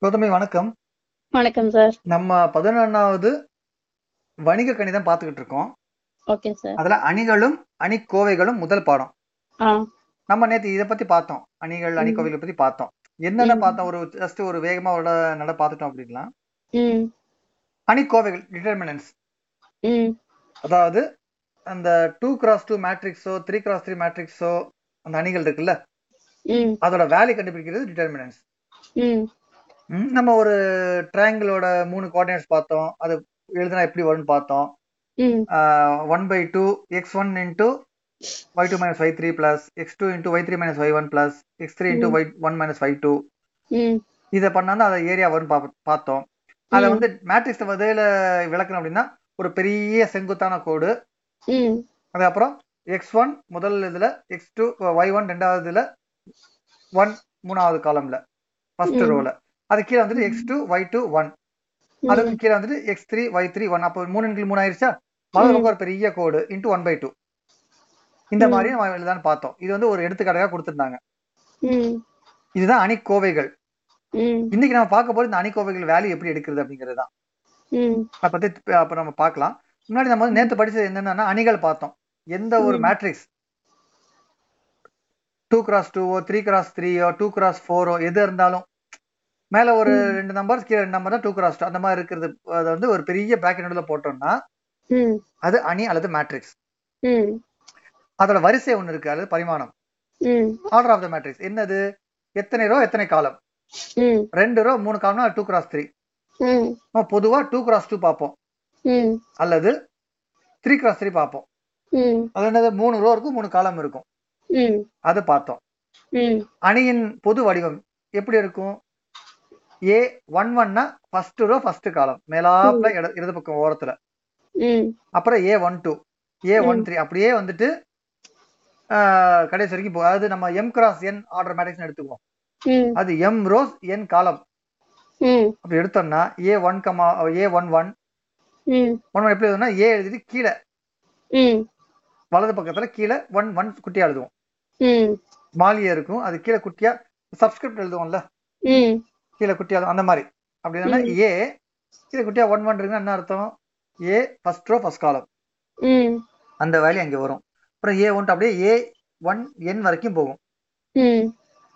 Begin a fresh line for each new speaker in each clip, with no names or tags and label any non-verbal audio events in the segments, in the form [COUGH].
பிரதமை வணக்கம்
வணக்கம் சார்
நம்ம பதினொன்னாவது வணிக கணிதம் பார்த்துக்கிட்டு இருக்கோம்
ஓகே சார்
அதுல அணிகளும் அணிக்கோவைகளும் முதல் பாடம்
ஆ
நம்ம நேத்து இதை பத்தி பார்த்தோம் அணிகள்
ம்.
அணிக்கோவைகளை பத்தி பார்த்தோம் என்னென்ன
ம்.
பார்த்தோம் ஒரு ஜஸ்ட் ஒரு வேகமா ஒரு நட- நட பார்த்துட்டோம் அப்படின்னா
ம்
அணிக்கோவைகள் டிட்டர்மினன்ஸ்
ம்
அதாவது அந்த டூ கிராஸ் டூ மேட்ரிக்ஸோ த்ரீ கிராஸ் த்ரீ மேட்ரிக்ஸோ அந்த அணிகள் இருக்குல்ல
ம்
அதோட வேல்யூ கண்டுபிடிக்கிறது டிட்டர்மினன்ஸ்
ம்
ம், நம்ம ஒரு ட்ரையாங்கிளோட மூணு கோஆர்டினேட்ஸ் பார்த்தோம் அது எழுதுனா எப்படி வரும்னு பார்த்தோம்
ம்
one by two x one into y two minus y three plus x two into y three minus y one plus x three into
ம்.
Y one minus y two
ம்
இதை பண்ணாலும் அதை ஏரியா வரும்னு பாப்ப- பார்த்தோம் அதை வந்து மேட்ரிக்ஸ் வதையில விளக்கணும் அப்படின்னா ஒரு பெரிய செங்குத்தான கோடு
ம்
அதுக்கப்புறம் எக்ஸ் ஒன் முதல் இதுல எக்ஸ் டூ ஒய் ஒன் ரெண்டாவது இதுல ஒன் மூணாவது காலம்ல ஃபர்ஸ்ட்
ம்.
ரோல அது கீழே வந்துட்டு x two y two one அதுக்கு கீழே வந்துட்டு x three y three one அப்போ மூணு இன்கிள் மூணு ஆயிருச்சா வலது
ம்.
பக்கம் ஒரு பெரிய கோடு இன்ட்டு ஒன் பை டூ இந்த
ம்.
மாதிரி நம்ம எழுதான்னு பார்த்தோம் இது வந்து ஒரு எடுத்துக்காட்டாக கொடுத்துருந்தாங்க
ம்
இதுதான் அணிக்கோவைகள்
ம்
இன்னைக்கு நம்ம பார்க்க போறது இந்த அணிக்கோவைகள் வேல்யூ எப்படி எடுக்கிறது அப்படிங்கிறது தான்
ம்
அதை பத்தி இப்ப- அப்ப நம்ம பார்க்கலாம் முன்னாடி நம்ம வந்து நேத்து படிச்சது என்னன்னா அணிகள் பார்த்தோம் எந்த ஒரு
ம்.
மேட்ரிக்ஸ் டூ கிராஸ் டூவோ த்ரீ கிராஸ் த்ரீயோ டூ கிராஸ் ஃபோரோ எது இருந்தாலும் மேல ஒரு
ம்.
ரெண்டு நம்பர் கீழே ரெண்டு நம்பர் தான் டூ கிராஸ் டூ அந்த மாதிரி இருக்கிறது அதை வந்து ஒரு பெரிய பிராக்கெட் நடுவில் போட்டோம்னா
ம்
அது அணி அல்லது மேட்ரிக்ஸ்
ம்
அதோட வரிசை ஒன்று இருக்கு அல்லது பரிமாணம்
ம்
ஆர்டர் ஆஃப் த மேட்ரிக்ஸ் என்னது எத்தனை ரோ எத்தனை காலம்
ம்
ரெண்டு ரோ மூணு காலம்னா டூ கிராஸ் த்ரீ
ம்
நம்ம பொதுவா டூ கிராஸ் டூ பார்ப்போம்
ம்
அல்லது த்ரீ கிராஸ் த்ரீ பார்ப்போம்
ம்
அது என்னது மூணு ரோ இருக்கும் மூணு காலம் இருக்கும்
ம்
அது பார்த்தோம்
ம்
அணியின் பொது வடிவம் எப்படி இருக்கும் ஏ ஒன் ஒன்னா ஃபர்ஸ்ட் ரோ ஃபர்ஸ்ட் காலம் மேலாப்ல இட இடது பக்கம் ஓரத்துல
ம்
அப்புறம் a one two A one
ம்.
த்ரீ அப்படியே வந்துட்டு ஆஹ், கடைசி வரைக்கும் போ- அதாவது நம்ம m cross n order matrix எடுத்துக்குவோம்
ம்
அது எம் ரோஸ் என் காலம்
ம்
அப்படி எடுத்தோம்னா a one comma a one one
ம்
ஒன் எப்படி எழுதுனா ஏ எழுதிட்டு கீழே
ம்
வலது பக்கத்துல கீழே ஒன் ஒன் குட்டியா எழுதுவோம்
ம்
மாலியா இருக்கும் அது கீழே குட்டியா சப்ஸ்கிரிப்ட் எழுதுவோம்ல
ம்
கீழே குட்டியா எழுதுவோம், அந்த மாதிரி அப்படி என்னன்னா
ம்.
ஏ கீழே குட்டியா ஒன் ஒன் இருக்குன்னா என்ன அர்த்தம் a first row first column
ம்
அந்த வேல்யூ அங்கே வரும் அப்புறம் ஏ ஒன் அப்படியே ஏ ஒன் என் வரைக்கும் போகும்
ம்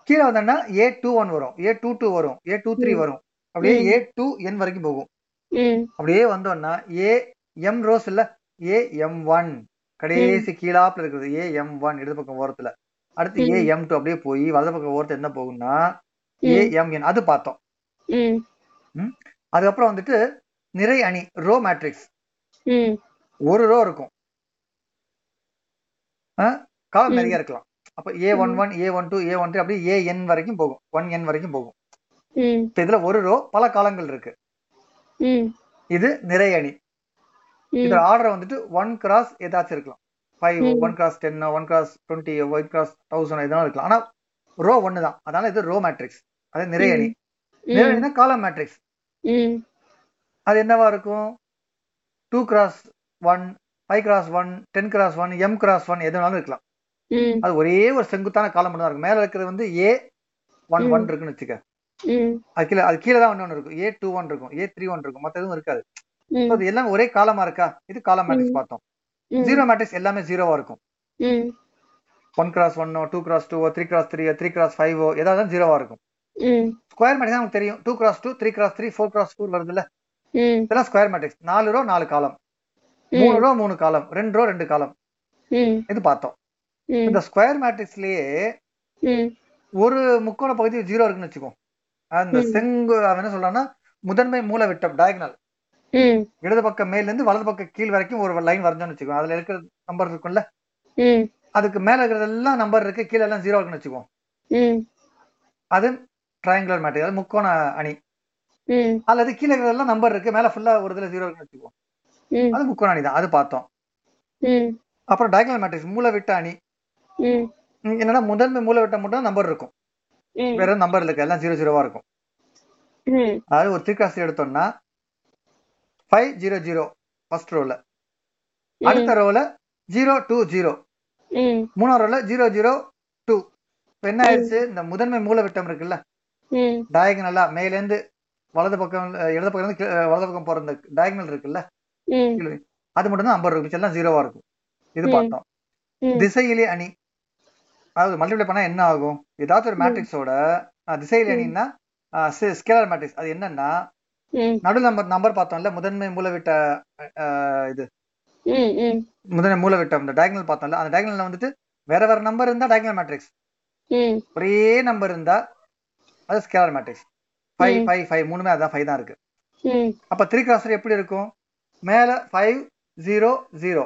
கீழே வந்தோம்னா ஏ டூ ஒன் வரும் ஏ டூ டூ வரும் ஏ டூ த்ரீ
ம்.
வரும் அப்படியே
ம்.
ஏ டூ என் வரைக்கும் போகும்
ம்
அப்படியே வந்தோம்னா ஏ எம் ரோஸ் இல்ல ஏ எம் ஒன் கடைசி கீழாப்புல இருக்குது ஏ எம் ஒன் இடது பக்கம் ஓரத்துல அடுத்து ஏ
ம்.
எம் டூ அப்படியே போய் வலது பக்கம் ஓரத்துல என்ன போகும்னா ஏ
ம்
எம் என் அது பார்த்தோம்
ம்
அதுக்கப்புறம் வந்துட்டு நிறை அணி ரோ மேட்ரிக்ஸ்
ம்
ஒரு ரோ இருக்கும் காலம்
ம்.
நிறைய இருக்கலாம் அப்ப a one one A one two A one three அப்படியே ஏ என் வரைக்கும் போகும் ஒன் என் வரைக்கும் போகும்
ம்
இப்ப இதுல ஒரு ரோ பல காலங்கள் இருக்கு
ம்
இது நிறை அணி
ம்
இதோட ஆர்டர் வந்துட்டு ஒன் கிராஸ் ஏதாச்சும் இருக்கலாம் ஃபைவ்
ம்.
One cross ten one cross twenty one cross thousand இதெல்லாம் இருக்கலாம் ஆனா ரோ ஒன்று தான் அதனால இது ரோ மேட்ரிக்ஸ் அது நிறை அணி நிறை
ம்
அணினா காலம் மேட்ரிக்ஸ்
ம்
அது என்னவா இருக்கும் two cross one five cross one ten cross one m cross one எதுனாலும் இருக்கலாம்
ம்
அது ஒரே ஒரு செங்குத்தான காலம் மட்டும் தான் இருக்கும் மேல இருக்கிறது வந்து ஏ ஒன்
ம்.
ஒன் இருக்குன்னு வச்சுக்க
ம்
அது கீழே அது கீழே தான் ஒன்று ஒன்று இருக்கும் ஏ டூ ஒன் இருக்கும் ஏ த்ரீ ஒன் இருக்கும் மற்ற எதுவும் இருக்காது So,
ம்
அது எல்லாம் ஒரே காலமா இருக்கா இது காலம் மேட்ரிக்ஸ்
ம்.
பார்த்தோம்
ம்
ஜீரோ மேட்ரிக்ஸ் எல்லாமே ஜீரோவா இருக்கும்
ம்
ஒன் கிராஸ் ஒன்னோ டூ கிராஸ் டூவோ த்ரீ கிராஸ் த்ரீயோ த்ரீ கிராஸ் ஃபைவோ ஏதாவது ஜீரோவா இருக்கும்
ம்
ஸ்கொயர் மேட்ரிக்ஸ் நமக்கு தெரியும் two cross two three cross three four cross four வருதுல்ல
ம்
இதெல்லாம் ஸ்கொயர் மேட்ரிக்ஸ் நாலு ரோ நாலு காலம்
mm,
மூணு ரோ மூணு காலம் ரெண்டு ரோ ரெண்டு காலம்
ம்
இது பார்த்தோம்
ம்
இந்த ஸ்கொயர் மேட்ரிக்ஸ்லயே
ம்
ஒரு முக்கோண பகுதி ஜீரோ இருக்குன்னு வச்சுக்கோ அந்த
ம்.
செங்கு அவன் என்ன சொல்றான்னா முதன்மை மூல விட்டம் டயகனல்
ம்
இடது பக்கம் மேல இருந்து வலது பக்கம் கீழ் வரைக்கும் ஒரு லைன் வரைஞ்சோம்னு வச்சுக்கோ அதுல இருக்கிற நம்பர் இருக்கும்ல
ம்
அதுக்கு மேல இருக்கிறதெல்லாம் நம்பர் இருக்கு கீழே எல்லாம் ஜீரோ இருக்குன்னு வச்சுக்கோ
ம்
அது ட்ரையாங்குலர் மேட்ரிக்ஸ் அது முக்கோண அணி
ம்
அல்லது கீழே இருக்கிறதெல்லாம் நம்பர் இருக்கு மேல ஃபுல்லா ஒரு இதுல ஜீரோ இருக்குன்னு வச்சுக்குவோம்
ம்
அது முக்கோண அணி தான் அது பார்த்தோம்
ம்
அப்புறம் டயகனல் மேட்ரிக்ஸ் மூலவிட்ட அணி
ம்
ம், என்னன்னா முதன்மை மூலவிட்ட மட்டும் நம்பர் இருக்கும்
ம்
வேற நம்பர் இருக்கு எல்லாம் ஜீரோ ஜீரோவா இருக்கும்
ம்
அதாவது ஒரு திருக்காசி எடுத்தோம்னா ஃபைவ் ஜீரோ ஜீரோ ஃபர்ஸ்ட் ரோல அடுத்த ரோல ஜீரோ டூ ஜீரோ
ம்
மூணாவது ரோல ஜீரோ ஜீரோ டூ என்ன ஆயிடுச்சு இந்த முதன்மை மூலவிட்டம் இருக்குல்ல
ம்
டயகனலா மேலேந்து வலது பக்கம் அஹ், இடது பக்கம் இருந்து கீழ- அஹ், வலது பக்கம் போற இந்த டயகனல் இருக்குல்ல
ம்
அது மட்டும் தான் ஐம்பது ரூபாய் எல்லாம் ஜீரோவா இருக்கும் இது
ம்.
பார்த்தோம்
ம்
திசையிலி அணி அதாவது மல்டிப்ளை பண்ணா என்ன ஆகும் ஏதாச்சும் ஒரு
ம்.
மேட்ரிக்ஸோட திசையிலி
ம்.
அணின்னா ஸ்கேலர் மேட்ரிக்ஸ் அது என்னன்னா
ம்
நடுவில் நம்பர் நம்பர் பார்த்தோம்ல முதன்மை மூலவிட்ட அஹ், அஹ், இது
ம் ம்
முதன்மை மூலவிட்டம் இந்த டயகனல் பார்த்தோம்ல அந்த டயகனல்ல வந்துட்டு வேற வேற நம்பர் இருந்தா டயகனல் மேட்ரிக்ஸ்
ம்
ஒரே நம்பர் இருந்தா அது ஸ்கேலர் மேட்ரிக்ஸ் ஃபைவ்
ம்.
ஃபைவ் ஃபைவ் மூணுமே அதான் ஃபைவ் தான் இருக்கு
ம்
அப்ப த்ரீ கிராசர் எப்படி இருக்கும் மேல ஃபைவ் ஜீரோ ஜீரோ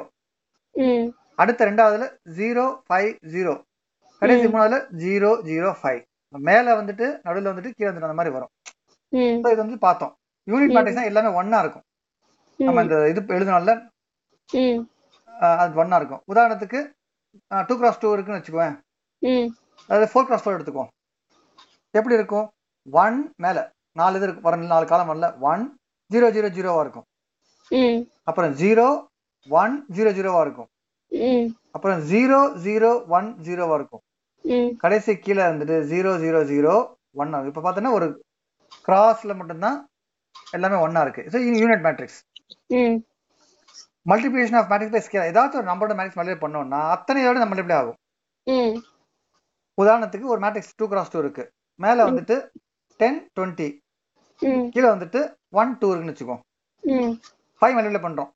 ம்
அடுத்த ரெண்டாவதுல ஜீரோ ஃபைவ் ஜீரோ கடைசி
ம்.
மூணாவதுல ஜீரோ ஜீரோ ஃபைவ் மேல வந்துட்டு நடுவுல வந்துட்டு கீழே வந்துட்டு அந்த மாதிரி வரும்
ம்
So, இது வந்து பார்த்தோம் யூனிட்
ம்.
மேட்ரிக்ஸ் எல்லாமே ஒன்னா இருக்கும் நம்ம இந்த இது எழுதினால
ம்
அது ஒன்னா இருக்கும் உதாரணத்துக்கு டூ கிராஸ் டூ இருக்குன்னு வச்சுக்குவேன்
ம்
அதாவது ஃபோர் கிராஸ் ஃபோர் எடுத்துக்குவோம் எப்படி இருக்கும் ஒன் மேல நாலு இது இருக்கு வர நாலு காலம் வரல ஒன் ஜீரோ ஜீரோ ஜீரோவா இருக்கும்
ம்
அப்புறம் ஜீரோ ஒன் ஜீரோ ஜீரோவா இருக்கும்
ம்
அப்புறம் ஜீரோ ஜீரோ ஒன் ஜீரோவா இருக்கும்
ம்
கடைசி கீழே இருந்துட்டு ஜீரோ ஜீரோ ஜீரோ ஒன் ஆகும் இப்போ பார்த்தோன்னா ஒரு கிராஸ்ல மட்டும்தான் எல்லாமே ஒன்னா இருக்கு ஸோ யூனிட் மேட்ரிக்ஸ்
ம்
multiplication of matrix by scale ஏதாச்சும் ஒரு நம்பரோட மேட்ரிக்ஸ் மல்டிப்ளை பண்ணோம்னா அத்தனையோட நம்ம மல்டிப்ளை ஆகும்
ம்
உதாரணத்துக்கு ஒரு மேட்ரிக்ஸ் டூ கிராஸ் டூ இருக்கு மேல வந்துட்டு டென் டுவெண்ட்டி
ம்
கீழே வந்துட்டு ஒன் டூ இருக்குன்னு வச்சுக்கோம்
ம்
ஃபைவ் மல்டிப்ளை பண்றோம்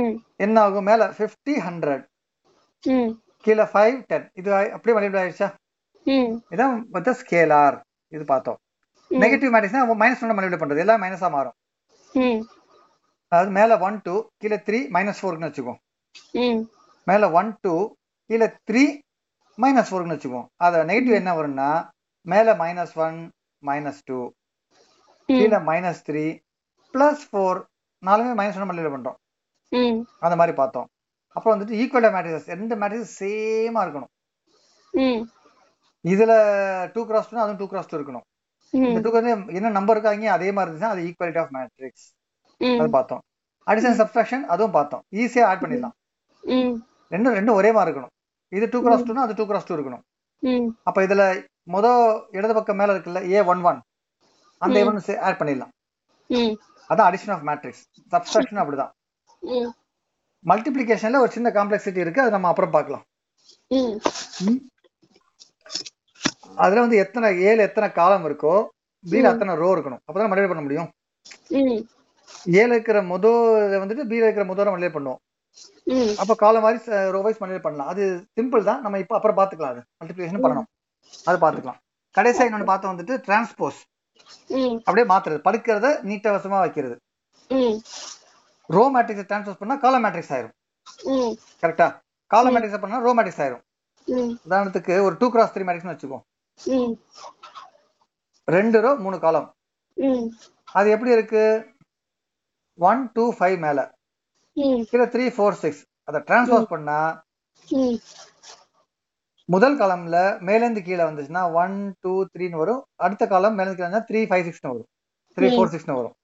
ம்
என்ன ஆகும் மேல ஃபிஃப்டி ஹண்ட்ரட்
ம்
கீழே ஃபைவ் டென் இது ஆயி- அப்படியே மல்டிப்ளை ஆயிடுச்சா
ம்
இதான் பார்த்தா ஸ்கேலார் இது பார்த்தோம் negative
negative
matrix minus one multiply பண்றது எல்லாம் மைனஸா மாறும்
ம்
அதாவது மேல ஒன் டூ கீழே த்ரீ மைனஸ் ஃபோர்னு வச்சுக்குவோம்
ம்
மேல ஒன் டூ கீழே த்ரீ மைனஸ் ஃபோர்னு வச்சுக்குவோம் அதை நெகட்டிவ் என்ன வரும்னா மேல மைனஸ் ஒன் மைனஸ் டூ
ம்
கீழே மைனஸ் த்ரீ பிளஸ் ஃபோர் நாலுமே மைனஸ் ஒன் மல்டிப்ளை பண்றோம்
ம்
அந்த மாதிரி பார்த்தோம் அப்புறம் வந்துட்டு ஈக்குவல் மேட்ரிக்ஸ் ரெண்டு மேட்ரிக்ஸ் சேமா இருக்கணும்
ம்
இதுல டூ கிராஸ் டூ அதுவும் டூ கிராஸ் டூ இருக்கணும் இந்த
ம்
டூக்கு வந்து என்ன நம்பர் இருக்காங்க அதே மாதிரி இருந்துச்சுன்னா அது ஈக்குவாலிட்டி ஆஃப் மேட்ரிக்ஸ் அது
ம்
பார்த்தோம் அடிஷன் சப்ஸ்ட்ராக்ஷன் அதுவும் பார்த்தோம் ஈஸியா ஆட் பண்ணிடலாம்
ம்
ரெண்டும் ரெண்டும் ஒரே மாதிரி இருக்கணும் இது டூ கிராஸ் டூனா அது டூ கிராஸ் டூ இருக்கணும்
ம்
அப்ப இதுல முத இடது பக்கம் மேல இருக்குல்ல ஏ ஒன் ஒன் அந்த
ம்.
ஒன் ஆட் பண்ணிடலாம்
ம்
அதான் அடிஷன் ஆஃப் மேட்ரிக்ஸ் சப்ஸ்ட்ராக்ஷன் அப்படிதான்
ம்
மல்டிபிளிகேஷன்ல ஒரு சின்ன காம்ப்ளெக்சிட்டி இருக்கு அது நம்ம அப்புறம் பார்க்கலாம்
ம்
அதுல வந்து எத்தனை ஏல எத்தனை காலம் இருக்கோ பில
ம்.
அத்தனை ரோ இருக்கணும் அப்பதான் மல்டிபிள் பண்ண முடியும்
ம்
ஏல இருக்கிற முத இதை வந்துட்டு பில இருக்கிற முதல மல்டிபிள் பண்ணுவோம்
ம்
அப்ப காலம் மாதிரி ரோ வைஸ் மல்டிபிள் பண்ணலாம் அது சிம்பிள் தான் நம்ம இப்போ அப்புறம் பாத்துக்கலாம் அது மல்டிபிளிகேஷன் பண்ணணும் அது பாத்துக்கலாம் கடைசியா இன்னொன்னு பார்த்தோம் வந்துட்டு டிரான்ஸ்போஸ்
ம்
அப்படியே மாத்துறது படுக்கிறத நீட்ட வசமா வைக்கிறது
ம்
ரோ மேட்ரிக்ஸ் டிரான்ஸ்போஸ் பண்ணா காலம் மேட்ரிக்ஸ் ஆயிரும்
ம்
கரெக்டா காலம் மேட்ரிக்ஸ் பண்ணா ரோ மேட்ரிக்ஸ் ஆயிரும்
ம்
உதாரணத்துக்கு ஒரு டூ கிராஸ் த்ரீ மேட்ரிக்ஸ்னு வச்சுக்கோம்
ம்
ரெண்டு ரோ மூணு காலம்
ம்
அது எப்படி இருக்கு ஒன் டூ ஃபைவ் மேல
ம்
கீழே த்ரீ ஃபோர் சிக்ஸ் அதை டிரான்ஸ்போஸ் பண்ணா
ம்
முதல் காலம்ல மேலேந்து கீழே வந்துச்சுன்னா ஒன் டூ த்ரீன்னு வரும் அடுத்த காலம் மேலேந்து கீழே த்ரீ ஃபைவ் சிக்ஸ்னு வரும் த்ரீ ஃபோர் சிக்ஸ்னு வரும்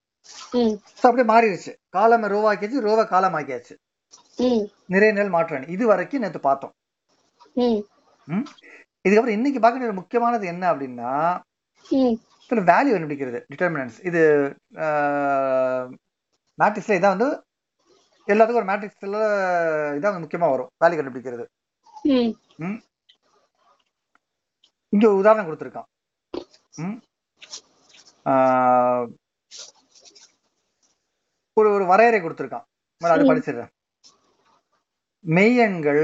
ம்
ஸோ அப்படியே மாறிடுச்சு காலம் ரூவாக்கியாச்சு ரூவை காலம் ஆக்கியாச்சு
ம்
நிறைய நெல் மாற்றணி இது வரைக்கும் நேற்று பார்த்தோம்
ம்
ம்? இதுக்கப்புறம் இன்னைக்கு பார்க்க வேண்டிய முக்கியமானது என்ன அப்படின்னா
ம்
அப்புறம் வேல்யூ கண்டுபிடிக்கிறது டிட்டர்மினன்ஸ் இது மேட்ரிக்ஸ்ல இதான் வந்து எல்லாத்துக்கும் ஒரு மேட்ரிக்ஸ்ல இதான் வந்து முக்கியமா வரும் வேல்யூ கண்டுபிடிக்கிறது
ம்
இங்க ஒரு உதாரணம் கொடுத்துருக்கான் ம்? ஆஹ், ஒரு ஒரு வரையறை கொடுத்துருக்கான் முதல்ல அது
ம்.
படிச்சிடுறேன் மெய்யெண்கள்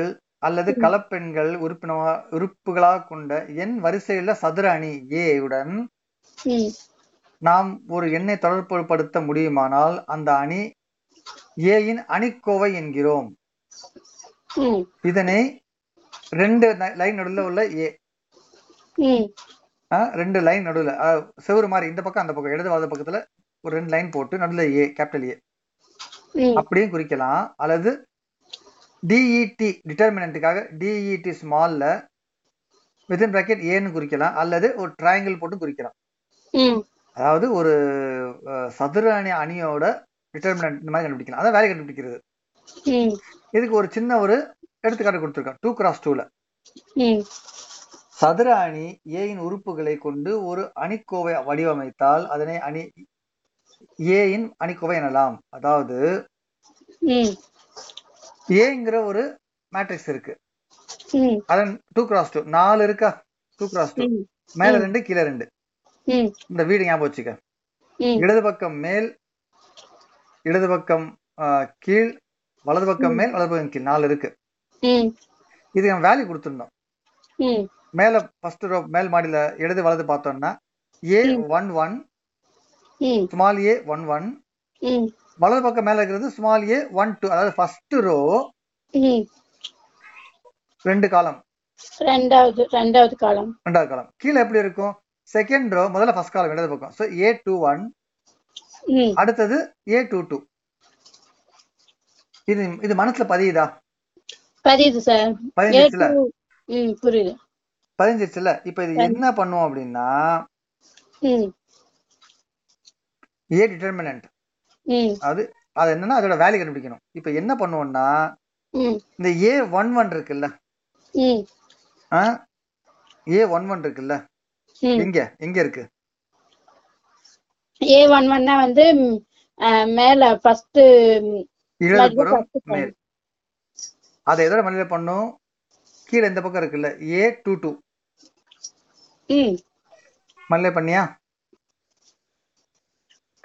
அல்லது
ம்.
கலப்பெண்கள் உறுப்பினவா உறுப்புகளாக கொண்ட எண் வரிசையுள்ள சதுர அணி A உடன்
ம்
நாம் ஒரு எண்ணை தொடர்புபடுத்த முடியுமானால் அந்த அணி ஏயின் அணிக்கோவை என்கிறோம்
ம்
இதனை ரெண்டு லைன் நடுவில் உள்ள ஏ
ம்
ஆ, ரெண்டு லைன் நடுவில் செவரு மாதிரி இந்த பக்கம் அந்த பக்கம் இடது வலது பக்கத்துல ஒரு ரெண்டு லைன் போட்டு நடுவில் ஏ கேபிட்டல் ஏ
ம்
அப்படியும் குறிக்கலாம் அல்லது E டிஇடி டிட்டர்மினண்ட்டுக்காக டிஇடி ஸ்மால்ல வித்தின் பிராக்கெட் ஏன்னு குறிக்கலாம் அல்லது ஒரு ட்ரையாங்கிள் போட்டு குறிக்கலாம்
ம்
அதாவது ஒரு அஹ், சதுர அணி அணியோட டிட்டர்மினன்ட் இந்த மாதிரி கண்டுபிடிக்கலாம் அதான் வேலை கண்டுபிடிக்கிறது
ம்
இதுக்கு ஒரு சின்ன ஒரு எடுத்துக்காட்டு கொடுத்துருக்கான் டூ கிராஸ் டூல
ம்
சதுர அணி ஏயின் உறுப்புகளை கொண்டு ஒரு அணிக்கோவை வடிவமைத்தால் அதனை அணி ஏயின் அணிக்கோவை எனலாம் அதாவது
ம்
ஏங்கிற ஒரு மேட்ரிக்ஸ் இருக்கு
ம்
அதன் டூ கிராஸ் டூ நாலு இருக்கா டூ கிராஸ் டூ
ம்
மேல ரெண்டு கீழே ரெண்டு
ம்
இந்த வீடு ஞாபகம் வச்சுக்க
ம்
இடது பக்கம் மேல் இடது பக்கம் ஆ, கீழ் வலது பக்கம் மேல் வலது பக்கம் கீழ் நாலு இருக்கு
ம்
இதுக்கு நம்ம வேல்யூ கொடுத்துருந்தோம்
ம்
மேல ஃபர்ஸ்ட் ரோ மேல் மாடியில இடது வலது பார்த்தோம்னா ஏ ஒன் ஒன்
ம்
ஸ்மால் ஏ ஒன் ஒன்
ம்
வலது பக்கம் மேல இருக்கிறது ஸ்மால் ஏ ஒன் டூ அதாவது ஃபர்ஸ்ட் ரோ
ம்
ரெண்டு காலம்
ரெண்டாவது ரெண்டாவது காலம்
ரெண்டாவது காலம் கீழே எப்படி இருக்கும் செகண்ட் ரோ முதல்ல ஃபர்ஸ்ட் காலம் இடது பக்கம் ஸோ ஏ டூ ஒன்
ம்
அடுத்தது ஏ டூ டூ இது இது மனசுல பதியுதா
பதியுது சார் ஏ
பதிஞ்சிச்சுல
டூ ம் புரியுது
பதிஞ்சிச்சுல இப்ப இது என்ன பண்ணுவோம் அப்படின்னா
ம்
ஏ டிட்டர்மினன்ட்
ம்
அது அது என்னன்னா அதோட வேல்யூ கண்டுபிடிக்கணும் இப்ப என்ன பண்ணுவோம்னா
ம்
இந்த ஏ ஒன் ஒன் இருக்குல்ல
ம்
ஏ ஒன் ஒன் இருக்குல்ல
ம்
எங்க எங்க இருக்கு
ஏ ஒன் ஒன்னா வந்து ம், ஆ, மேல ஃபர்ஸ்ட்
இடதுபுறம்
first column.
மேல் அதை எதோட மணியில பண்ணும் கீழே இந்த பக்கம் இருக்குல்ல ஏ டூ டூ
ம்
மணியில பண்ணியா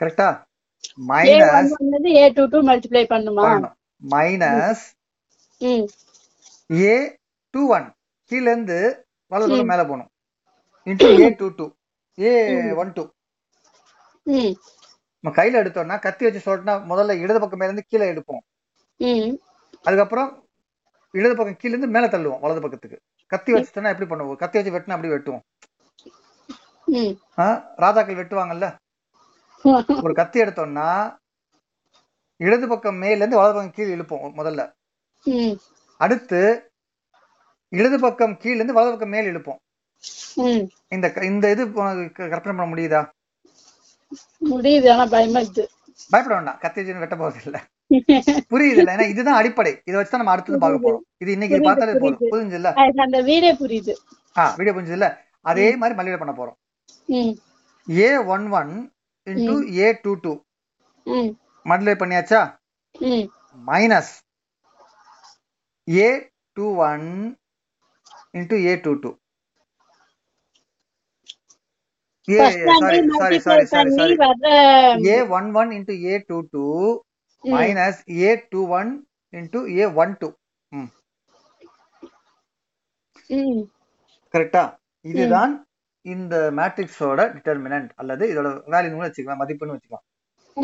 கரெக்டா
ஏ ஒன்
மைனஸ்
ஒன்னு ஏ டூ டூ மல்டிப்ளை பண்ணுமா
பண்ணணும் மைனஸ்
ம்
ஏ டூ ஒன் கீழ இருந்து வலது பக்கம் மேல போகணும் into A two two A one two
ம்
நம்ம கையில எடுத்தோம்னா கத்தி வச்சு சொட்டினா முதல்ல இடது பக்கம் மேல இருந்து கீழே எடுப்போம்
ம்
அதுக்கப்புறம் இடது பக்கம் கீழ இருந்து மேல தள்ளுவோம் வலது பக்கத்துக்கு கத்தி வச்சுட்டோம்னா எப்படி பண்ணுவோம் கத்தி வச்சு வெட்டினா அப்படி வெட்டுவோம்
ம்
ஆ, ராஜாக்கள் வெட்டுவாங்கல்ல ஒரு கத்தி எடுத்தோம்னா இடது பக்கம் மேல இருந்து வலது பக்கம் கீழே இழுப்போம் முதல்ல
ம் [LAUGHS]
அடுத்து இடது பக்கம் கீழ இருந்து வலது பக்கம் மேல் இழுப்போம்
ம்
இந்த க- இந்த இது உனக்கு க- கற்பனை பண்ண முடியுதா
முடியுது ஆனா பயமா இருக்குது
பயப்பட வேண்டாம் கத்தி வச்சு வெட்ட போறது இல்ல புரியுது இல்ல ஏன்னா இதுதான் அடிப்படை இதை வச்சுதான் நம்ம அடுத்தது பார்க்க போறோம் இது இன்னைக்கு இது
புரியுது,
பார்த்தாலே போதும்
புரியுது.
புரிஞ்சு இல்ல
எனக்கு அந்த வீடே புரியுது
ஆ வீடியோ புரிஞ்சு இல்ல அதே மாதிரி மல்லியில பண்ண போறோம்
ம்
A one one into A two two
ம்
மல்லியில பண்ணியாச்சா
ம்
minus A two one into A two two A
first
sorry
வந்து
சாரி
மல்டிப்ளை
சாரி சாரி
பண்ணி
சாரி
வர்ற
A one one into A two two minus A two one into A one two
ம்
கரெக்டா இதுதான் இந்த மேட்ரிக்ஸோட determinant அல்லது இதோட வேல்யூன்னு வச்சுக்கலாம் மதிப்புன்னு வச்சுக்கலாம்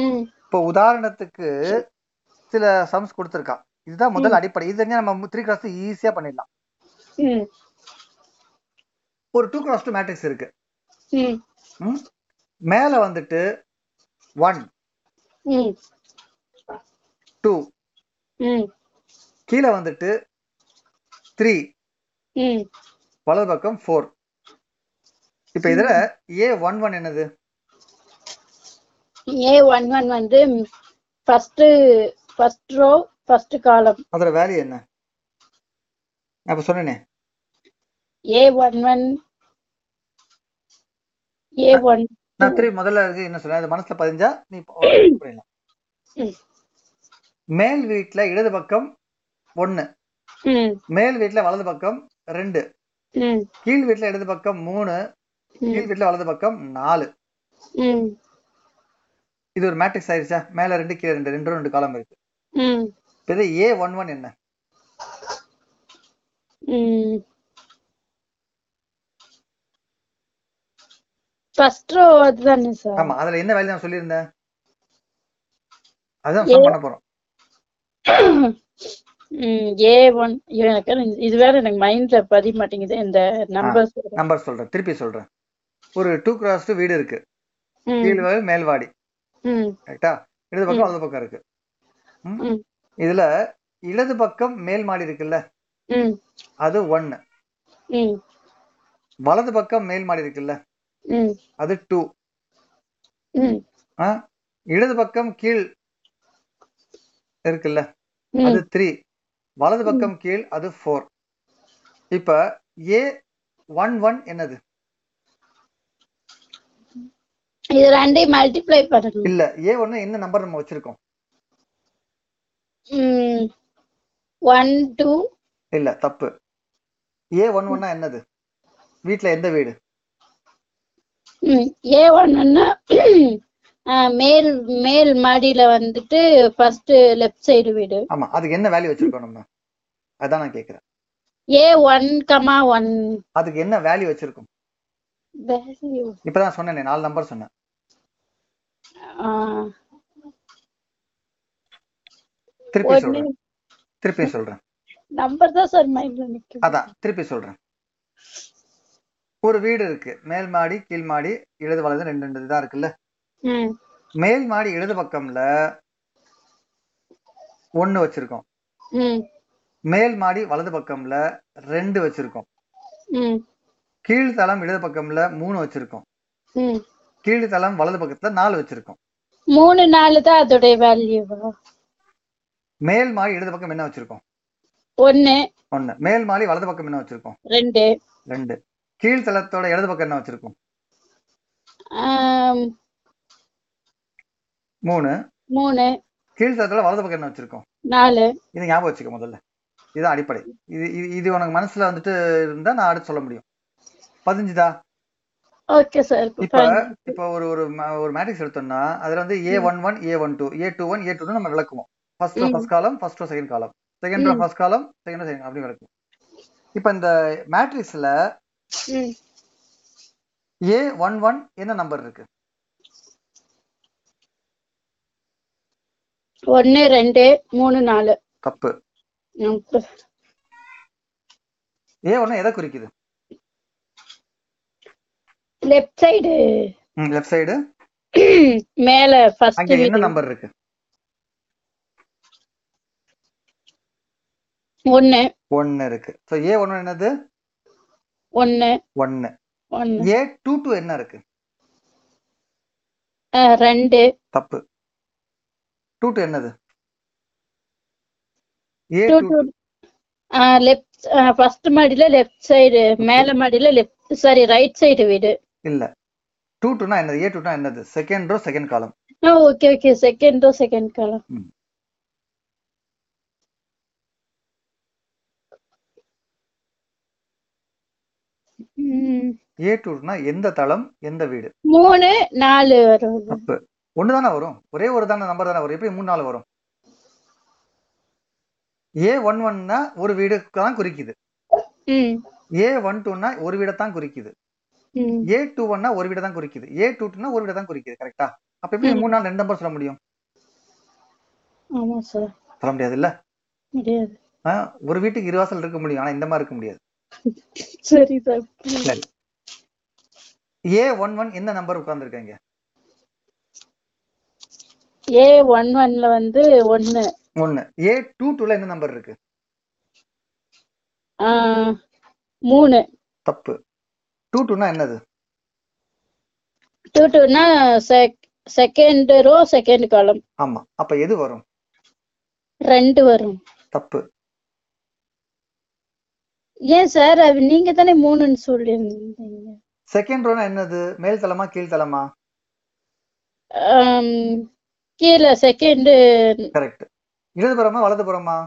ம்
இப்போ உதாரணத்துக்கு சில சம்ஸ் கொடுத்துருக்கான் இதுதான் முதல் அடிப்படை இது வந்து நம்ம த்ரீ கிராஸ் ஈஸியா பண்ணிடலாம்
ம்
ஒரு டூ கிராஸ் டூ மேட்ரிக்ஸ் இருக்கு
ம்
ம்? மேல வந்துட்டு ஒன்
ம்
டூ
ம்
கீழே வந்துட்டு த்ரீ
ம்
வலது பக்கம் ஃபோர் இப்ப இதுல ஏ ஒன் ஒன் என்னது
ஏ ஒன் ஒன் வந்து first first row first column
அதோட வேல்யூ என்ன நான் இப்ப சொன்னேனே
A one one A one
நான் திரும்பி முதல்ல இருக்கு என்ன சொன்னேன் அது மனசுல பதிஞ்சா நீ இப்போ இது பண்ணிடலாம்
ம்.
மேல் வீட்ல இடது பக்கம் ஒன்னு
ம்
மேல் வீட்ல வலது பக்கம் ரெண்டு
ம்
கீழ் வீட்ல இடது பக்கம் மூணு
ம்
கீழ் வீட்ல வலது பக்கம் நாலு
ம்
இது ஒரு மேட்ரிக்ஸ் ஆயிருச்சா மேல ரெண்டு கீழே ரெண்டு ரெண்டு ரெண்டு காலம் இருக்கு
ம்
இப்ப இது ஏ ஒன் ஒன் என்ன
ம் ஃபர்ஸ்ட் ரோ அதுதானே சார்
ஆமா அதுல என்ன வேல்யூ நான் சொல்லியிருந்தேன் அதான்
ஏ-
sum பண்ண போறோம்
ம் ஏ ஒன் எனக்கு இது வேற எனக்கு மைண்ட்ல பதிய மாட்டேங்குது இந்த நம்பர்ஸ்
நம்பர் சொல்றேன் திருப்பி சொல்றேன் ஒரு டூ கிராஸ் டூ வீடு இருக்கு கீழ் வாடி, மேல் வாடி
ம்
கரெக்டா இடது பக்கம்
ம்.
வலது பக்கம் இருக்கு ம்?
ம்.
இதுல இடது பக்கம் மேல் மாடி இருக்குல்ல
ம்
அது ஒன்னு
ம்
வலது பக்கம் மேல் மாடி இருக்குல்ல
ம்
அது டூ
ம்
இடது பக்கம் கீழ் இருக்குல்ல
ம்
அது த்ரீ வலது பக்கம் கீழ் அது ஃபோர் இப்ப ஏ ஒன் ஒன் என்னது
இது ரெண்டையும் மல்டிப்ளை பண்ணுங்க
இல்ல ஏ ஒன்னு என்ன நம்பர் நம்ம வச்சிருக்கோம்
ம் ஒன் டூ
இல்ல தப்பு ஏ ஒன் ஒன்னா என்னது வீட்ல எந்த வீடு
ம் ஏ ஒன்றுன்னா மேல் மேல் மாடியில வந்துட்டு ஃபர்ஸ்ட் லெஃப்ட் சைடு வீடு
ஆமா அதுக்கு என்ன வேல்யூ வச்சிருக்கோம் நம்ம அதான் நான் கேக்குறேன்
ஏ ஒன் கமா ஒன்
அதுக்கு என்ன வேல்யூ வச்சிருக்கோம்
Ah,
இப்பதான் சொன்னேனே நாலு நம்பர் சொன்னேன் திருப்பி சொல்றேன் திருப்பி சொல்றேன்
நம்பர் தான் சார் மைண்ட்ல நிக்கும்
அதான் திருப்பி சொல்றேன் ஒரு வீடு இருக்கு மேல் மாடி கீழ் மாடி இடது வலது ரெண்டு ரெண்டு தான் இருக்குல்ல
ம்,
மேல் மாடி இடது பக்கம்ல ஒன்னு வச்சிருக்கோம்
ம்,
மேல் மாடி வலது பக்கம்ல ரெண்டு வச்சிருக்கோம்
ம்,
கீழ்த்தளம் இடது பக்கம்ல மூணு வச்சிருக்கோம்
ம்.
கீழ்த்தளம் வலது பக்கத்துல நாலு வச்சிருக்கோம்
மூணு நாலு தான் அதோடைய வேல்யூ
மேல் மாடி இடது பக்கம் என்ன வச்சிருக்கோம்
ஒன்னு
ஒண்ணு மேல் மாடி வலது பக்கம் என்ன வச்சிருக்கோம்
ரெண்டு
ரெண்டு கீழ்த்தளத்தோட இடது பக்கம் என்ன வச்சிருக்கோம்
ஆம்,
மூணு
மூணு
கீழ்த்தளத்தோட வலது பக்கம் என்ன வச்சிருக்கோம்
நாலு
இதை ஞாபகம் வச்சுக்க முதல்ல இதுதான் அடிப்படை இது இது இது உனக்கு மனசுல வந்துட்டு இருந்தா நான் அடுத்து சொல்ல முடியும் பதிஞ்சுதா
ஓகே சார்
இப்ப இப்ப ஒரு ஒரு ம- ஒரு மேட்ரிக்ஸ் எடுத்தோம்னா அதுல வந்து ஏ one one A one two A two one A two நம்ம விளக்குவோம் ஃபர்ஸ்ட் ரோ
ம்.
First column first row second column second row
ம்.
First column second row second அப்படி விளக்குவோம் இப்ப இந்த மேட்ரிக்ஸ்ல ஏ ஒன் ஒன் என்ன நம்பர் இருக்கு
ஒன்னு ரெண்டு மூணு நாலு
தப்பு
ம்,
ஏ ஒன்னு எதை குறிக்குது
லெஃப்ட் சைடு
லெஃப்ட் சைடு
[CLEARS THROAT] மேல
அங்க என்ன
ஃபர்ஸ்ட்
நம்பர் இருக்கு
ஒன்னு
ஒன்னு இருக்கு சோ ஏ ஒன் என்னது
ஒன்னு
ஒன்னு
ஒன்னு
ஏ டூ டூ என்ன இருக்கு
அஹ், ரெண்டு
தப்பு டூ டூ என்னது A
two
two
two left first மாடியில லெஃப்ட் சைடு மேல மாடியில லெஃப்ட் சாரி ரைட் சைடு வீடு
இல்ல டூ டூனா என்னது ஏ டூனா என்னது second row second column
okay okay second second column
A டூனா எந்த தளம் எந்த வீடு
மூணு நாலு வரும்
தப்பு ஒன்று தானே வரும் ஒரே ஒரு தானே நம்பர் தானே வரும் எப்படி மூணு நாள் வரும் ஏ ஒன் ஒன்னா ஒரு வீடு தான் குறிக்குது
ம்
ஏ ஒன் டூனா ஒரு வீடை தான் குறிக்குது
ம்
ஏ டூ ஒன்னா ஒரு வீடை தான் குறிக்குது ஏ டூ டூனா ஒரு வீடை தான் குறிக்குது கரெக்டா அப்ப எப்படி
ம்.
மூணு நாள் ரெண்டு நம்பர் சொல்ல முடியும்
ஆமா சார்
சொல்ல முடியாது இல்ல
முடியாது
ஆ, ஒரு வீட்டுக்கு இரு வாசல் இருக்க முடியும் ஆனா இந்த மாதிரி இருக்க முடியாது
சரி சார்
ஏ ஒன் ஒன் எந்த நம்பர் உட்கார்ந்துருக்காங்க
ஏ ஒன் ஒன்ல வந்து ஒன்னு
ஒன்னு ஏ டூ டூல என்ன நம்பர் இருக்கு
ஆஹ், மூணு
தப்பு டூ டூனா என்னது
டூ டூனா செகண்ட் ரோ செகண்ட் காலம்
ஆமா அப்ப எது வரும்
ரெண்டு வரும்
தப்பு
ஏன் சார் அது நீங்க தானே மூணுன்னு சொல்லியிருந்தீங்க
செகண்ட் ரோனா என்னது மேல் தளமா கீழ் தளமா
ஆம், கீழே செகண்ட்
கரெக்ட் இடதுபுறமா வலதுபுறமா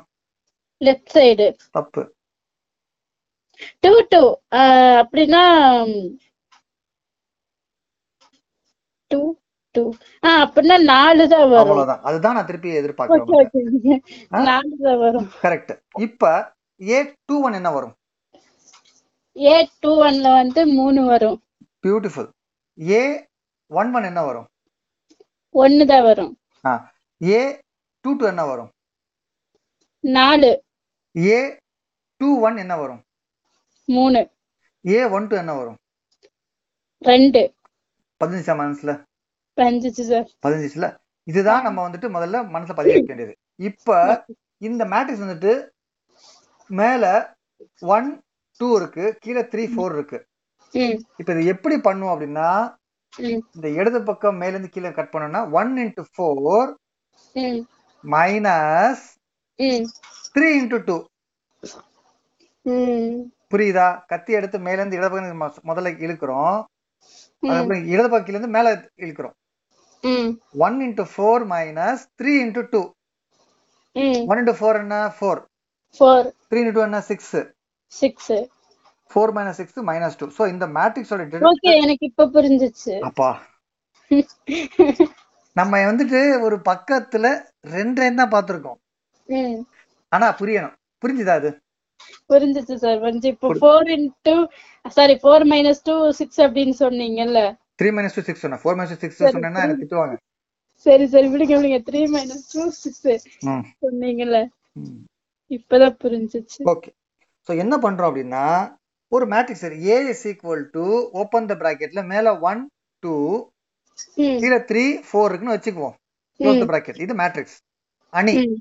லெஃப்ட் சைடு
தப்பு
டூ டூ அப்படின்னா டூ டூ ஆ அப்படின்னா நாலு தான் வரும்
அவ்வளவுதான் அதுதான் நான் திருப்பி
ஓகே
எதிர்பார்க்கிறேன்
ஓகே நாலு தான் வரும்
கரெக்ட் இப்ப ஏ டூ ஒன் என்ன வரும்
ஏ டூ ஒன்ல வந்து மூணு வரும்
பியூட்டிஃபுல் ஏ ஒன் ஒன் என்ன வரும்
ஒன்னு தான் வரும்
ஏ டூ டூ என்ன வரும்
நாலு
ஏ டூ ஒன் என்ன வரும்
மூணு
ஏ ஒன் டூ என்ன வரும்
ரெண்டு
பதினஞ்சா மனசுல
பஞ்சிச்சு சார்
பதினஞ்சுல இதுதான் நம்ம வந்துட்டு முதல்ல மனசுல பதிய வைக்க வேண்டியது இப்ப இந்த மேட்ரிக்ஸ் வந்துட்டு மேல ஒன் டூ இருக்கு கீழே த்ரீ ஃபோர் இருக்கு
ம்
இப்ப இது எப்படி பண்ணும் அப்படின்னா
ம்.
இந்த இடது பக்கம் மேல இருந்து கீழே கட் பண்ணோம்னா ஒன் இன்ட்டு ஃபோர்
ம்
மைனஸ்
ம்
த்ரீ இன்ட்டு டூ
ம்
புரியுதா கத்தி எடுத்து மேல இருந்து இடது பக்கம் நம்ம முதல்ல இழுக்கிறோம் அதுக்கப்புறம் இடது பக்கத்துல இருந்து மேல இழுக்கிறோம்
ம்
one into four minus three into two
ம்
ஒன் இன்டூ ஃபோர் என்ன ஃபோர்
ஃபோர்
த்ரீ இன்டூ என்ன six
six
four minus six minus two so இந்த மேட்ரிக்ஸோட
ஓகே எனக்கு இப்ப புரிஞ்சிச்சு
அப்பா நம்ம வந்துட்டு ஒரு பக்கத்துல ரெண்டு தான் பார்த்துருக்கோம்
ம்
ஆனா புரியணும் புரிஞ்சுதா அது
புரிஞ்சிச்சு சார் புரிஞ்சு இப்போ four into sorry four minus two six அப்படின்னு சொன்னீங்கல்ல
த்ரீ மைனஸ் டூ சிக்ஸ் சொன்னேன் ஃபோர் மைனஸ் டூ சிக்ஸ்
சரி,
சொன்னேன்னா எனக்கு திட்டுவாங்க
சரி சரி விடுங்க விடுங்க த்ரீ மைனஸ் டூ சிக்ஸ்
ம்
சொன்னீங்கல்ல இப்பதான் புரிஞ்சிச்சு
ஓகே ஸோ என்ன பண்றோம் அப்படின்னா ஒரு matrix A is equal to open the பிராக்கெட்ல மேல ஒன் டூ
ம்
கீழே த்ரீ ஃபோர் இருக்குன்னு வச்சுக்குவோம் க்ளோஸ் த பிராக்கெட் இது மேட்ரிக்ஸ் அணி
ம்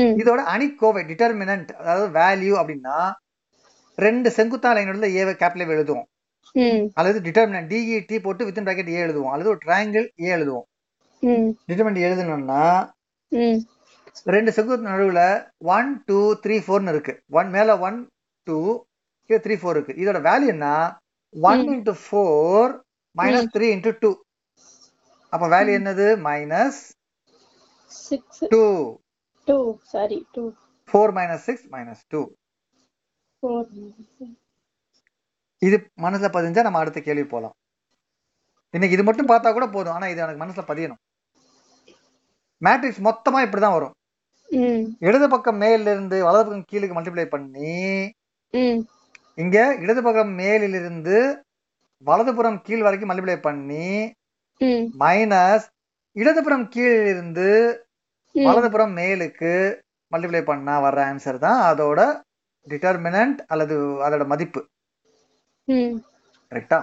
ம்
இதோட அணிக்கோவை டிட்டர்மினன்ட் அதாவது வேல்யூ அப்படின்னா ரெண்டு செங்குத்தா லைனோட ஏவை கேப்ல எழுதுவோம்
ம்
அல்லது டிட்டர்மினன்ட் டிஇடி போட்டு வித்தின் பிராக்கெட் ஏ எழுதுவோம் அல்லது ஒரு ட்ரையாங்கிள் ஏ எழுதுவோம்
ம்
டிட்டர்மினன்ட் எழுதணும்னா
ம்
ரெண்டு செங்குத்து நடுவில் ஒன் டூ த்ரீ ஃபோர்னு இருக்கு ஒன் மேலே ஒன் டூ கீழே த்ரீ ஃபோர் இருக்கு இதோட வேல்யூ என்ன one into four minus three into two அப்போ வேல்யூ என்னது minus
six
two
two sorry two
four minus six minus two
four
இது மனசுல பதிஞ்சா நம்ம அடுத்த கேள்வி போகலாம் இன்னைக்கு இது மட்டும் பார்த்தா கூட போதும் ஆனால் இது எனக்கு மனசுல பதியணும் மேட்ரிக்ஸ் மொத்தமாக இப்படி தான் வரும்
ம்
இடது பக்கம் மேல இருந்து வலது பக்கம் கீழுக்கு மல்டிப்ளை பண்ணி
ம்
இங்க இடது பக்கம் மேலிலிருந்து வலதுபுறம் கீழ் வரைக்கும் மல்டிப்ளை பண்ணி
ம்
மைனஸ் இடதுபுறம் கீழிலிருந்து
ம்
வலதுபுறம் மேலுக்கு மல்டிப்ளை பண்ணா வர்ற ஆன்சர் தான் அதோட டிட்டர்மினன்ட் அல்லது அதோட மதிப்பு
ம்
கரெக்டா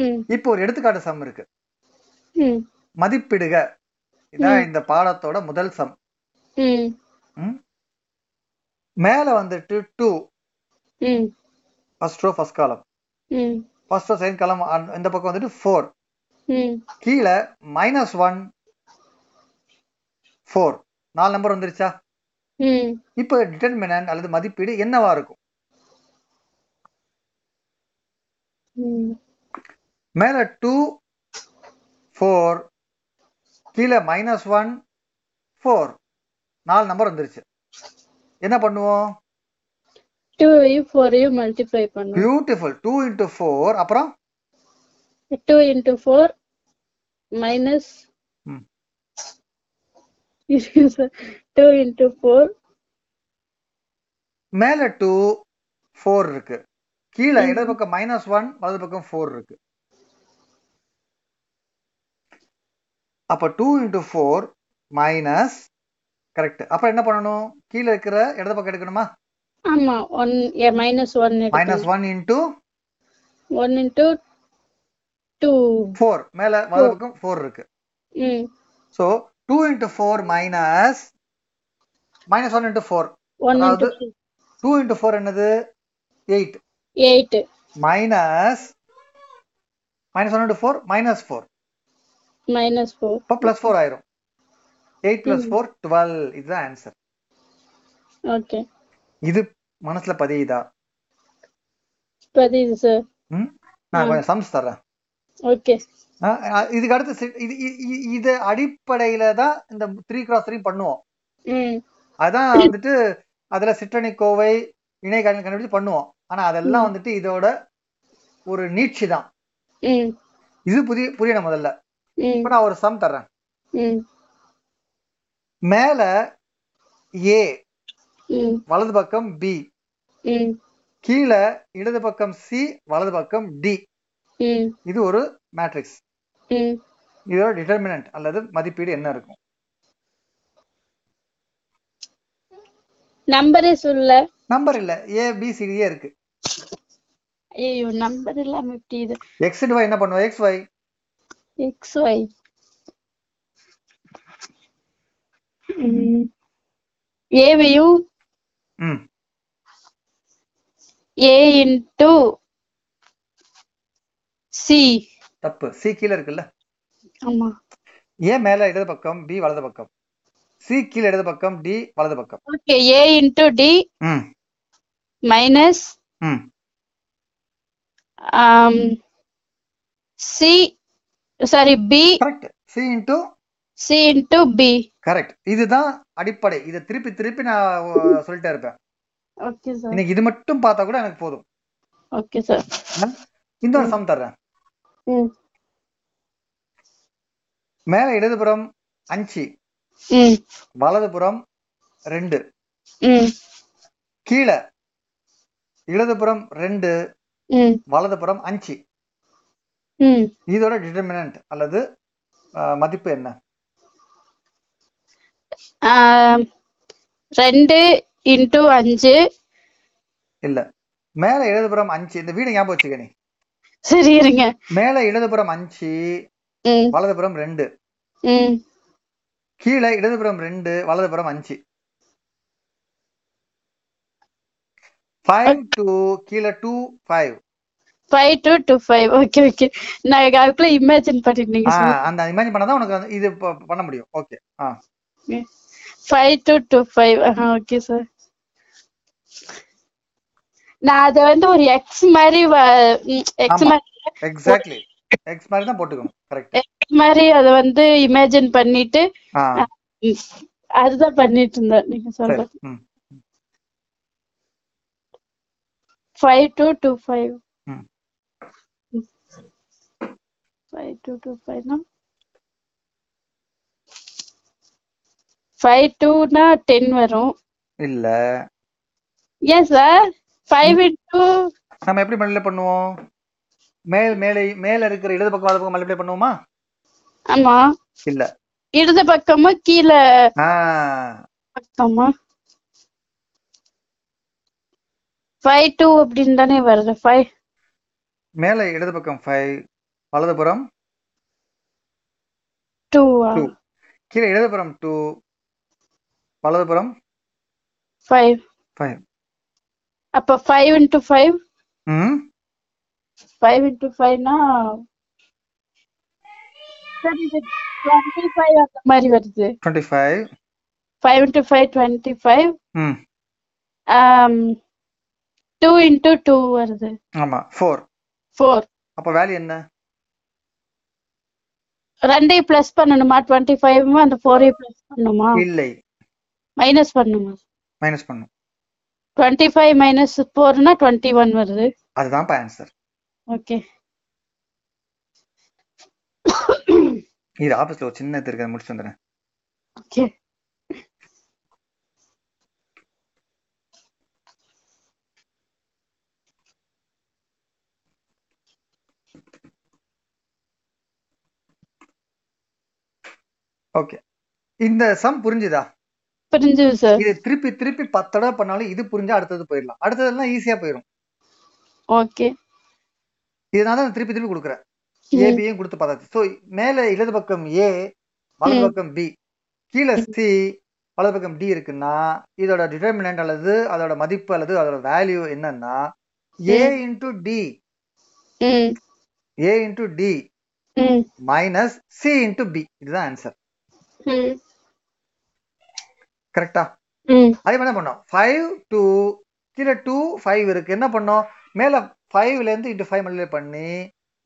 ம்
இப்போ ஒரு எடுத்துக்காட்டு சம் இருக்கு
ம்
மதிப்பிடுக இதான் இந்த பாடத்தோட முதல் சம்
ம்
மேல வந்துட்டு டூ
ம்
ஃபர்ஸ்ட் ரோ ஃபர்ஸ்ட் காலம்
ம்
ஃபர்ஸ்ட் ரோ செகண்ட் காலம் இந்த பக்கம் வந்துட்டு ஃபோர்
ம்
கீழே மைனஸ் ஒன் ஃபோர் நாலு நம்பர் வந்துருச்சா
ம்
இப்போ டிட்டர்மினன்ட் அல்லது மதிப்பீடு என்னவா இருக்கும்
ம்
மேல டூ ஃபோர் கீழே மைனஸ் ஒன் ஃபோர் நாலு நம்பர் வந்துருச்சு என்ன பண்ணுவோம்
டூவையும் ஃபோரையும் மல்டிப்ளை பண்ணும்
பியூட்டிஃபுல் டூ இன்ட்டு ஃபோர் அப்புறம்
டூ இன்ட்டு ஃபோர் மைனஸ்
ம்.
டூ இன்ட்டு ஃபோர்
மேல டூ ஃபோர் இருக்கு கீழே இடது பக்கம் மைனஸ் ஒன் வலது பக்கம் ஃபோர் இருக்கு அப்ப two into four minus correct அப்புறம் என்ன பண்ணணும் கீழே இருக்கிற இடது பக்கம் எடுக்கணுமா
ஆமா one minus one
minus one into
one into two
four மேல வலது பக்கம் ஃபோர் இருக்கு
ம்
so two into four minus minus one into four
one
அதாவது-
இன்ட்டு
டூ இன்ட்டு ஃபோர் என்னது eight
eight
minus minus one into four minus four
minus four
இப்போ plus four ஆயிரும் eight plus four twelve இதுதான் answer
okay
இது மனசுல பதியுதா
பதிவு sir
ம் நான் கொஞ்சம் சம்ஸ் தர்றேன்
ஓகே
ஆ, ஆ, இதுக்கு அடுத்து சி- இது இ- இ- இது அடிப்படையில தான் இந்த த்ரீ கிராஸ் த்ரீ பண்ணுவோம்
ம்
அதான் வந்துட்டு அதுல சிற்றணி கோவை இணை கண் கண்டுபிடிச்சு பண்ணுவோம் ஆனா அதெல்லாம் வந்துட்டு இதோட ஒரு நீட்சி தான்
ம்
இது புதிய புரியணும் முதல்ல
ம்
இப்போ நான் ஒரு சம் தர்றேன்
ம்
மேல ஏ
ம்
வலது பக்கம் பி
ம்
கீழே இடது பக்கம் சி வலது பக்கம் டி
ம்
இது ஒரு மேட்ரிக்ஸ்
ம்
இதோட டிட்டர்மினன்ட் அல்லது மதிப்பீடு என்ன இருக்கும்
நம்பரே சொல்ல
நம்பர் இல்ல ஏ பி சிடியே இருக்கு
ஐயோ நம்பர் இல்லாம இப்படி இது
எக்ஸ் ஒய் என்ன பண்ணுவோம் எக்ஸ் ஒய்
எக்ஸ் ஒய் ஏவையும்
ம்
ஏ இன்டு சி
தப்பு சி கீழே இருக்குல்ல
ஆமா
ஏ மேல இடது பக்கம் பி வலது பக்கம் சி கீழே இடது பக்கம் டி வலது பக்கம்
ஓகே ஏ இன்டு டி
ம்
மைனஸ்
ம்
um, C sorry B
correct C into
C into B
correct இதுதான் அடிப்படை இதை திருப்பி திருப்பி நான் உ- சொல்லிட்டே இருப்பேன்
ஓகே சார்
இன்னைக்கு இது மட்டும் பார்த்தா கூட எனக்கு போதும்
ஓகே சார்
இந்த ஒரு சம் தர்றேன்
ம்
மேல இடதுபுறம் அஞ்சு
ம்
வலதுபுறம் ரெண்டு
ம்
கீழே இடதுபுறம் ரெண்டு
ம்
வலதுபுறம் அஞ்சு
ம்
இதோட டிட்டர்மினன்ட் அல்லது அஹ், மதிப்பு என்ன
ஆம், Um, ரெண்டு இன்டூ அஞ்சு
இல்ல மேல இடதுபுறம் அஞ்சு இந்த வீடு ஞாபகம் வச்சுக்க நீ
சரி இருங்க
மேல இடதுபுறம் அஞ்சு
ம்
வலதுபுறம் ரெண்டு
ம்
கீழே இடதுபுறம் ரெண்டு வலதுபுறம் அஞ்சு ஃபைவ் டூ கீழே two five
five two two [LAUGHS] five okay okay நான் அதுக்குள்ள இமேஜின் பண்ணிருந்தீங்க சார்
அந்த இமேஜ் பண்ணாதான் உனக்கு வந்து இது ப- பண்ண முடியும் ஓகே ஆ
five two two five okay sir நான் அதை வந்து ஒரு எக்ஸ் மாதிரி எக்ஸ்
ஆமா.
மாதிரி
எக்ஸாக்ட்லி எக்ஸ் மாதிரி தான் போட்டுக்கணும் கரெக்ட்
X மாதிரி அதை வந்து இமேஜின் பண்ணிட்டு
ஆ
ம், அதுதான் பண்ணிட்டு இருந்தேன் நீங்க
சரி
சொல்ற
ம்
ஃபைவ் டூ டூ ஃபைவ்
ம்.
ஃபைவ் டூ டூ ஃபைவ்னா ஃபைவ் டூனா டென் வரும்
இல்ல
ஏன் சார் ஃபைவ் இன்டூ
நம்ம எப்படி மல்டிப்ளை பண்ணுவோம் மேல் மேலே மேல இருக்கிற இடது பக்கம் வலது பக்கம் மல்டிப்ளை பண்ணுவோமா
ஆமா
இல்ல
இடது பக்கமா கீழே
ஆ
பக்கமா ஃபைவ் டூ அப்படின்னு தானே வருது ஃபைவ்
மேல இடது பக்கம் ஃபைவ் வலதுபுறம்
டூவா
Two. கீழே இடதுபுறம் டூ வலதுபுறம்
ஃபைவ்
ஃபைவ்
அப்ப ஃபைவ் இன்டூ ஃபைவ்
ம்
ஃபைவ் இன்டூ ஃபைவ்னா சரி இது டுவெண்ட்டி ஃபைவ் அந்த மாதிரி வருது
twenty five
five into five twenty five
ம்
Um, டூ இன்டூ டூ வருது
ஆமா ஃபோர்
ஃபோர்
அப்ப வேல்யூ என்ன
ரெண்டையும் ப்ளஸ் பண்ணணுமா டுவெண்ட்டி ஃபைவும் அந்த ஃபோரையும் ப்ளஸ் பண்ணணுமா
இல்லை
மைனஸ் பண்ணணுமா
மைனஸ் பண்ணும்
டுவெண்ட்டி ஃபைவ் மைனஸ் ஃபோர்னா டுவெண்ட்டி ஒன் வருது
அதுதான்ப்பா ஆன்சர்
ஓகே
இது ஆபீஸ்ல ஒரு சின்ன இது இருக்கு அதை முடிச்சு வந்துடுறேன்
ஓகே
ஓகே இந்த சம் புரிஞ்சுதா
புரிஞ்சுது சார்
இது திருப்பி திருப்பி பத்து தடவை பண்ணாலும் இது புரிஞ்சா அடுத்தது போயிடலாம் அடுத்ததெல்லாம் ஈஸியா போயிடும்
ஓகே
இதனால தான் திருப்பி திருப்பி கொடுக்குறேன்
ம்.
ஏபியும் கொடுத்து பார்த்தாச்சு ஸோ மேல இடது பக்கம் ஏ வலது
ம்.
பக்கம் பி கீழே சி வலது பக்கம் டி இருக்குன்னா இதோட டிட்டர்மினன்ட் அல்லது அதோட மதிப்பு அல்லது அதோட வேல்யூ என்னன்னா ஏ இன்டூ டி
ம்
ஏ இன்டூ டி
ம்
மைனஸ் சி இன்டூ பி இதுதான் ஆன்சர்
ம்
கரெக்டா
ம்
அதே மாதிரி தான் பண்ணோம் ஃபைவ் டூ கீழே டூ ஃபைவ் இருக்கு என்ன பண்ணோம் மேல ஃபைவ்ல இருந்து இன்டூ ஃபைவ் மல்டிப்ளை பண்ணி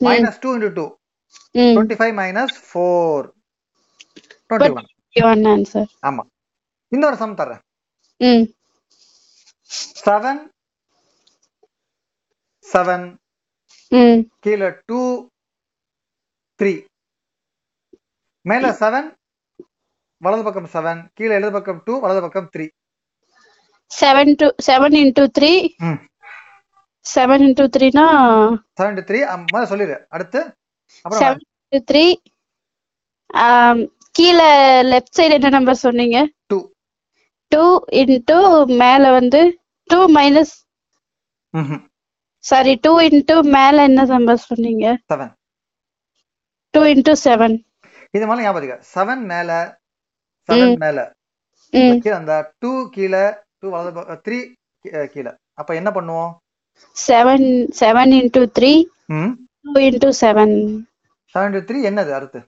மைனஸ் டூ இன்டூ டூ
ம்
twenty five minus four twenty one
one answer
ஆமா இன்னொரு சம் தர்றேன்
ம்
செவன் செவன்
ம்
கீழே டூ த்ரீ மேல செவன் வலது பக்கம் செவன் கீழே இடது பக்கம் டூ வலது பக்கம் three
seven two seven into three
ம்
செவன் இன்டூ த்ரீனா
செவன் த்ரீ முதல்ல சொல்லிடு அடுத்து அப்புறம்
செவன் இன்டூ த்ரீ கீழே லெஃப்ட் சைடு என்ன நம்பர் சொன்னீங்க
Two.
டூ இன்டூ மேலே வந்து டூ மைனஸ்
ம்ஹும்.
சாரி டூ இன்டூ மேலே என்ன நம்பர் சொன்னீங்க
Seven.
டூ இன்டூ செவன்
இது மாதிரி ஞாபகம் வச்சுக்க செவன் மேல செவன் மேல
ம்
கீழே அந்த டூ கீழே டூ வலது பக்கம் த்ரீ கீழே அப்ப என்ன பண்ணுவோம்
செவன் செவன் இன்டூ த்ரீ
ம்
two into seven
seven three என்னது அடுத்து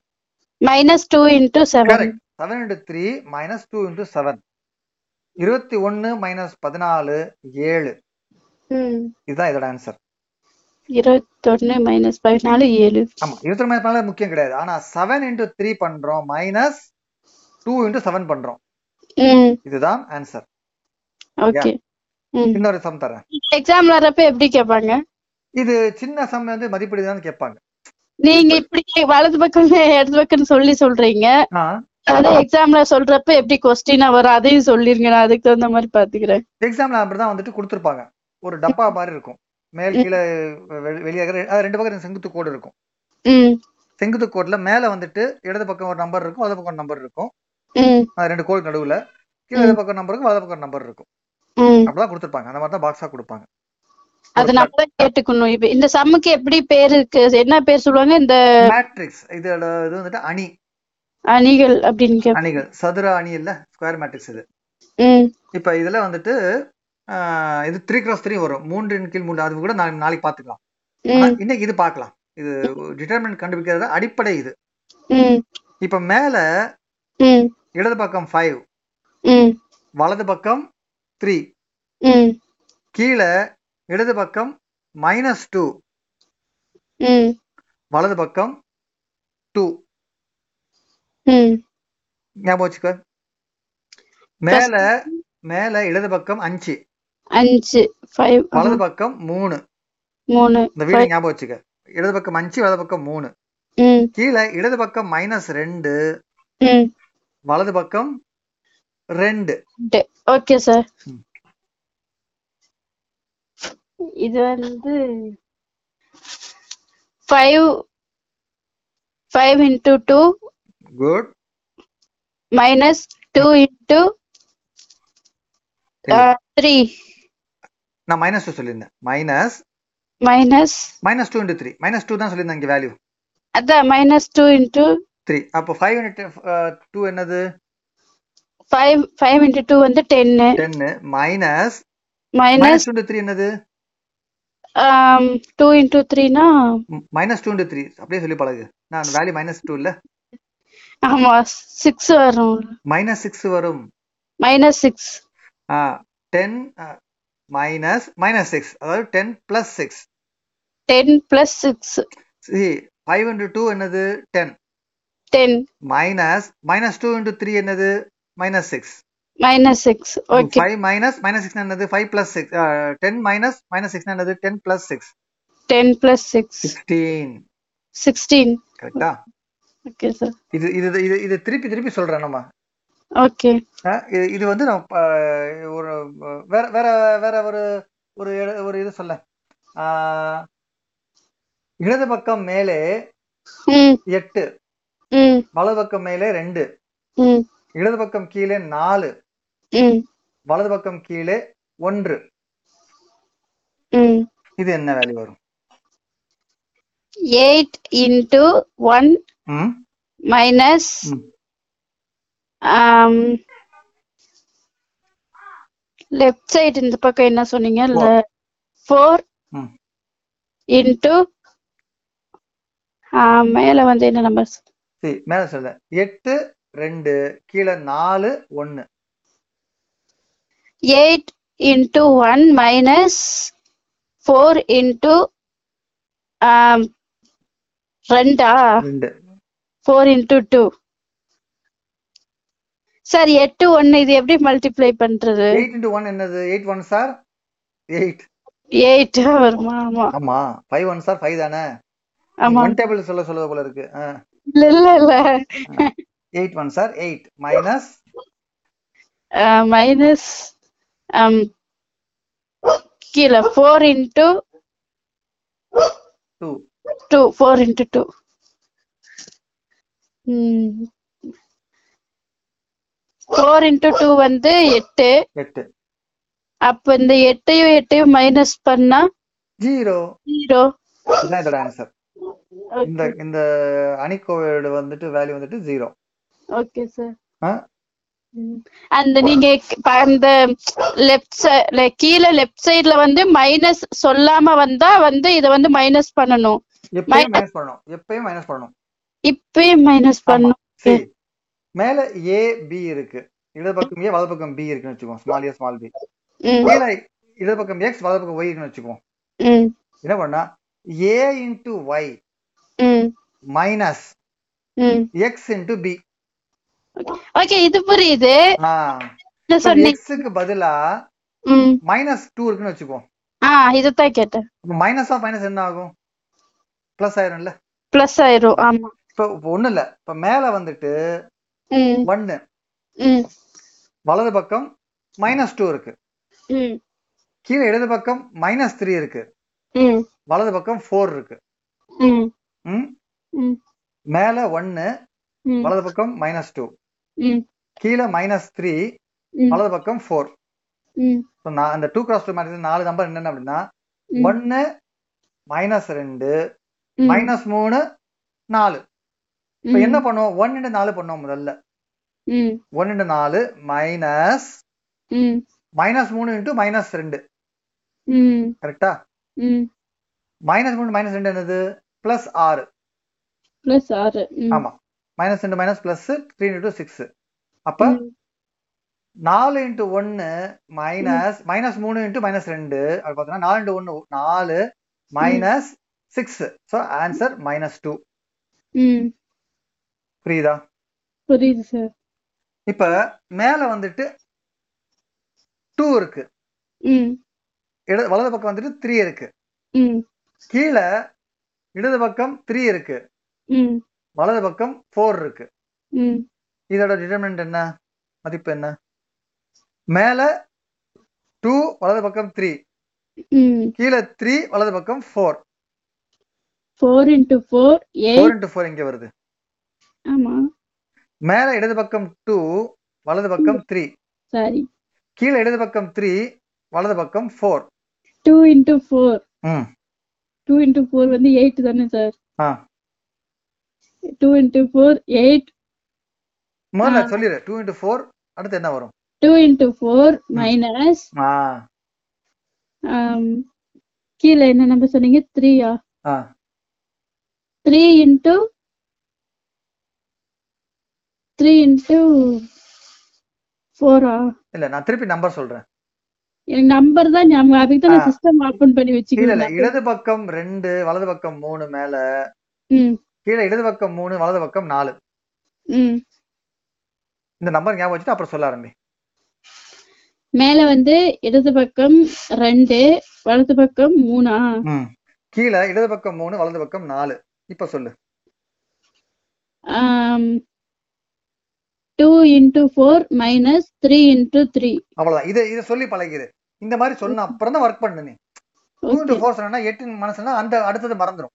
minus two into seven
correct seven into three minus two into seven இருபத்தி ஒன்னு மைனஸ் பதினாலு ஏழு
ம்
இதுதான் இதோட ஆன்சர்
இருபத்தொன்னு மைனஸ் பதினாலு ஏழு
ஆமா இருபத்தி மைனஸ் பண்ணால முக்கியம் கிடையாது ஆனா செவன் இன்டூ த்ரீ பண்றோம் மைனஸ் டூ இன்டூ செவன் பண்றோம்
ம்
இதுதான் ஆன்சர்
ஓகே ம்
இன்னொரு சம் தரேன்
எக்ஸாம் வரப்ப எப்படி கேட்பாங்க
இது சின்ன சம் வந்து மதிப்பீடு தான் கேட்பாங்க
நீங்க இப்படி வலது பக்கம் இடது பக்கம் சொல்லி சொல்றீங்க
ஆ,
அதாவது எக்ஸாம்ல சொல்றப்ப எப்படி கொஸ்டினா வரும் அதையும் சொல்லிருங்க நான் அதுக்கு தகுந்த மாதிரி பாத்துக்கிறேன்
எக்ஸாம்ல அப்படிதான் வந்துட்டு கொடுத்துருப்பாங்க ஒரு டப்பா மாதிரி இருக்கும் மேல் கீழே வெ- வெளியாக ரெ- அஹ் ரெண்டு பக்கம் ரெண்டு செங்குத்து கோடு இருக்கும்
ம்
செங்குத்து கோடுல மேல வந்துட்டு இடது பக்கம் ஒரு நம்பர் இருக்கும் வலது பக்கம் நம்பர் இருக்கும்
ம்
அஹ் ரெண்டு கோடு நடுவுல கீழே இடது பக்கம் நம்பர் இருக்கும் வலது பக்கம் நம்பர் இருக்கும்
ம்
அப்படிதான் கொடுத்துருப்பாங்க அந்த மாதிரி தான் பாக்ஸா கொடுப்பாங்க
அது நம்ம கேட்டுக்கணும் இப்ப இந்த சம்முக்கு எப்படி பேர் இருக்கு என்ன பேர் சொல்லுவாங்க இந்த
மேட்ரிக்ஸ் இதோட இது வந்துட்டு அணி
அணிகள் அப்படின்னு கேப்
அணிகள் சதுர அணி இல்ல ஸ்கொயர் மேட்ரிக்ஸ் இது
ம்
இப்ப இதுல வந்துட்டு அஹ், இது த்ரீ கிராஸ் த்ரீ வரும் மூன்றின் கீழ் மூன்று அது கூட நாளைக்கு நாளைக்கு பாத்துக்கலாம் ஆனா
ம்
இன்னைக்கு இது பார்க்கலாம் இது டிட்டர்மினன்ட் கண்டுபிடிக்கிறது அடிப்படை இது
ம்
இப்ப மேல
ம்
இடது பக்கம் ஃபைவ்
ம்
வலது பக்கம் த்ரீ
ம்
கீழே இடது பக்கம் மைனஸ் டூ
ம்
வலது பக்கம் டூ
ம்
ஞாபகம் வச்சுக்க மேல மேல இடது பக்கம் அஞ்சு
அஞ்சு ஃபைவ்
வலது பக்கம் மூணு
மூணு
இந்த வீடு ஞாபகம் வச்சுக்க இடது பக்கம் அஞ்சு வலது பக்கம் மூணு
ம்
கீழே இடது பக்கம் மைனஸ் ரெண்டு
ம்
வலது பக்கம் ரெண்டு
ஓகே சார்
ம்.
இது வந்து five five into two
good
minus two into three
நான் மைனஸ் டூ சொல்லியிருந்தேன் minus
minus
minus two into three minus two தான் சொல்லியிருந்தேன் இங்கே வேல்யூ
அதான் மைனஸ் டூ இன்டூ
த்ரீ அப்போ ஃபைவ் இன்ட்டு டூ uh, என்னது
ஃபைவ் ஃபைவ் இன்டூ டூ வந்து ten
ten minus
minus
minus two three என்னது
um, டூ இன்டூ த்ரீனா
minus two three அப்படியே சொல்லி பழகு நான் வேல்யூ மைனஸ் டூ இல்ல
ஆமா சிக்ஸ் வரும்
மைனஸ் சிக்ஸ் வரும்
minus six
ten minus minus six அதாவது ten plus six
ten plus six
five into two என்னது ten
ten
minus minus two into three என்னது minus six
minus six okay
five minus minus six என்னது five plus six ten minus minus six என்னது ten plus six
ten plus six
sixteen
sixteen
கரெக்டா
okay sir
இது இது இது இது திருப்பி திருப்பி சொல்றேன் நம்ம
ஓகே
அஹ் இது- இது வந்து நம்ம ப- ஒரு அஹ், வேற வேற வேற ஒரு ஒரு இட- ஒரு இது சொல்ல அஹ், இடது பக்கம் மேலே
ம்
எட்டு
ம்
வலது பக்கம் மேலே ரெண்டு
ம்
இடது பக்கம் கீழே நாலு
ம்
வலது பக்கம் கீழே ஒன்று
ம்
இது என்ன வேல்யூ வரும்
எயிட் இன்டூ ஒன்
ம்
மைனஸ்
ம்.
um, லெஃப்ட் சைடு இந்த பக்கம் என்ன சொன்னீங்க இல்ல ஃபோர்
ம்.
இன்டூ மேல வந்து என்ன நம்பர்
சரி மேல சொல்ல எட்டு ரெண்டு கீழே நாலு ஒன்னு
eight into one minus four into um, ரெண்டா
ரெண்டு
ஃபோர் இன்டூ டூ சார் எட்டு ஒன்னு இது எப்படி மல்டிப்ளை பண்றது
எயிட் இன்டூ ஒன் என்னது eight one sir eight
eight வருமா ஆமா
ஆமா ஃபைவ் ஒன் சார் ஃபைவ் தானே
ஆமா
ஒன் டேபிள் சொல்ல சொல்ல போல இருக்கு ஆ
இல்ல இல்ல இல்ல
eight one sir eight minus
minus கீழே four into
two
two four into two four into two வந்து எட்டு
எட்டு
அப்ப இந்த எட்டையும் எட்டையும் மைனஸ் பண்ணா
ஜீரோ
ஜீரோ
இதுதான் இதோட ஆன்சர் இந்த இந்த அணிக்கோவையோட வந்துட்டு வேல்யூ வந்துட்டு ஜீரோ
ஓகே சார்
ஆ?
அந்த நீங்க க- ப- அந்த லெஃப்ட் சைட்ல கீழே லெஃப்ட் சைடுல வந்து மைனஸ் சொல்லாம வந்தா வந்து இத வந்து மைனஸ் பண்ணணும்
எப்பயும் மைனஸ் பண்ணணும் எப்பயும் மைனஸ் பண்ணணும்
இப்பயும் மைனஸ் பண்ணணும்
சரி மேல ஏ பி இருக்கு இடது பக்கம் ஏ வலது பக்கம் பி இருக்குன்னு வச்சுக்கோம் ஸ்மால் ஏ ஸ்மால் பி
ம்,
கீழே இடது பக்கம் எக்ஸ் வலது பக்கம் ஒய் இருக்குன்னு வச்சுக்கோம்
ம்,
என்ன பண்ணா ஏ இன்ட்டு ஒய்
ம்
மைனஸ்
ம்
எக்ஸ் இன்ட்டு பி
ஓகே இது புரியுது நான் சொன்னேன்
எக்ஸுக்கு பதிலா
ம்
மைனஸ் டூ இருக்குன்னு வச்சுக்குவோம்
ஆ இதுதான் கேட்டேன்
மைனஸ் ஆஃப் மைனஸ் என்ன ஆகும் பிளஸ் ஆயிரும்ல
ப்ளஸ் ஆயிரும் ஆமா
இப்போ இப்போ ஒண்ணும் இல்ல இப்போ மேல வந்துட்டு
ம்
ஒன்னு
ம்
வலது பக்கம் மைனஸ் டூ இருக்கு
ம்
கீழே இடது பக்கம் மைனஸ் த்ரீ இருக்கு
ம்
வலது பக்கம் ஃபோர் இருக்கு
ம்
ம்
ம்
மேல ஒன்னு
ம்
வலது பக்கம் மைனஸ் டூ
ம்
கீழே மைனஸ் த்ரீ
ம்.
வலது பக்கம் ஃபோர்
ம்
இப்போ நான் அந்த டூ கிராஸ் டூ மேட்ரிக்ஸ் நாலு நம்பர் என்னென்ன அப்படின்னா
ம்.
ஒன்னு மைனஸ் ரெண்டு
ம்.
மைனஸ் மூணு நாலு இப்போ
ம்.
என்ன பண்ணுவோம் ஒன் இன்ட்டு நாலு பண்ணுவோம் முதல்ல
ம்
ஒன் இன்ட்டு நாலு மைனஸ்
ம்
மைனஸ் மூணு இன்ட்டு மைனஸ் ரெண்டு
ம்
கரெக்டா
ம்
மைனஸ் மூணு மைனஸ் ரெண்டு என்னது பிளஸ் ஆறு
ப்ளஸ் ஆறு ம்
ஆமா மைனஸ் ரெண்டு minus plus three into six அப்ப
ம்.
நாலு இன்ட்டு ஒன்னு மைனஸ் மைனஸ் மூணு இன்ட்டு மைனஸ் ரெண்டு அது பார்த்தோன்னா நாலு இன்ட்டு ஒன்று நாலு minus six so answer minus two
ம்
புரியுதா
புரியுது சார்
இப்ப மேல வந்துட்டு டூ இருக்கு
ம்
இட வலது பக்கம் வந்துட்டு த்ரீ இருக்கு
ம்
கீழே இடது பக்கம் த்ரீ இருக்கு
ம்
வலது பக்கம் ஃபோர் இருக்கு
ம்
இதோட டிட்டர்மினன்ட் என்ன மதிப்பு என்ன மேல டூ வலது பக்கம் த்ரீ
ம்
கீழே த்ரீ வலது பக்கம் four
four into four
four
eight
into four எங்க வருது
ஆமா
மேல இடது பக்கம் டூ வலது பக்கம் த்ரீ
சாரி
கீழே இடது பக்கம் த்ரீ வலது பக்கம் ஃபோர்
டூ இன்ட்டு ஃபோர்
ம்
டூ இன்ட்டு ஃபோர் வந்து எயிட் தானே சார்
ஆ
டூ இன்ட்டு ஃபோர் எயிட்
முதல்ல சொல்லிடு டூ இன்ட்டு ஃபோர் அடுத்து என்ன வரும்
டூ இன்ட்டு ஃபோர் மைனஸ்
ஆ
um, கீழே என்ன நம்பர் சொன்னீங்க த்ரீயா
ஆ
த்ரீ இன்ட்டு த்ரீ இன்ட்டு ஃபோரா
இல்ல நான் திருப்பி நம்பர் சொல்றேன்
எனக்கு நம்பர் தான் ஞாபகம் அதுக்கு தான் நான்
ஆ.
சிஸ்டம் ஓபன் பண்ணி
இல்ல இல்ல
வச்சுக்கிறேன்
இடது பக்கம் ரெண்டு வலது பக்கம் மூணு மேல
ம்
கீழே இடது பக்கம் மூணு வலது பக்கம் நாலு
ம்
இந்த நம்பர் ஞாபகம் வச்சுட்டு அப்புறம் சொல்ல ஆரம்பி
மேல வந்து இடது பக்கம் ரெண்டு வலது பக்கம் மூணா
ம் கீழே இடது பக்கம் மூணு வலது பக்கம் நாலு இப்ப சொல்லு
two into four minus three into three
அவ்வளவுதான் இதை இதை சொல்லி பழகிடு இந்த மாதிரி சொன்ன அப்புறம் தான் ஒர்க் பண்ணு நீ டூ இன்ட்டு
ஓகே
ஃபோர் சொன்னா எட்டு மனசுனா அந்த அடுத்தது மறந்துடும்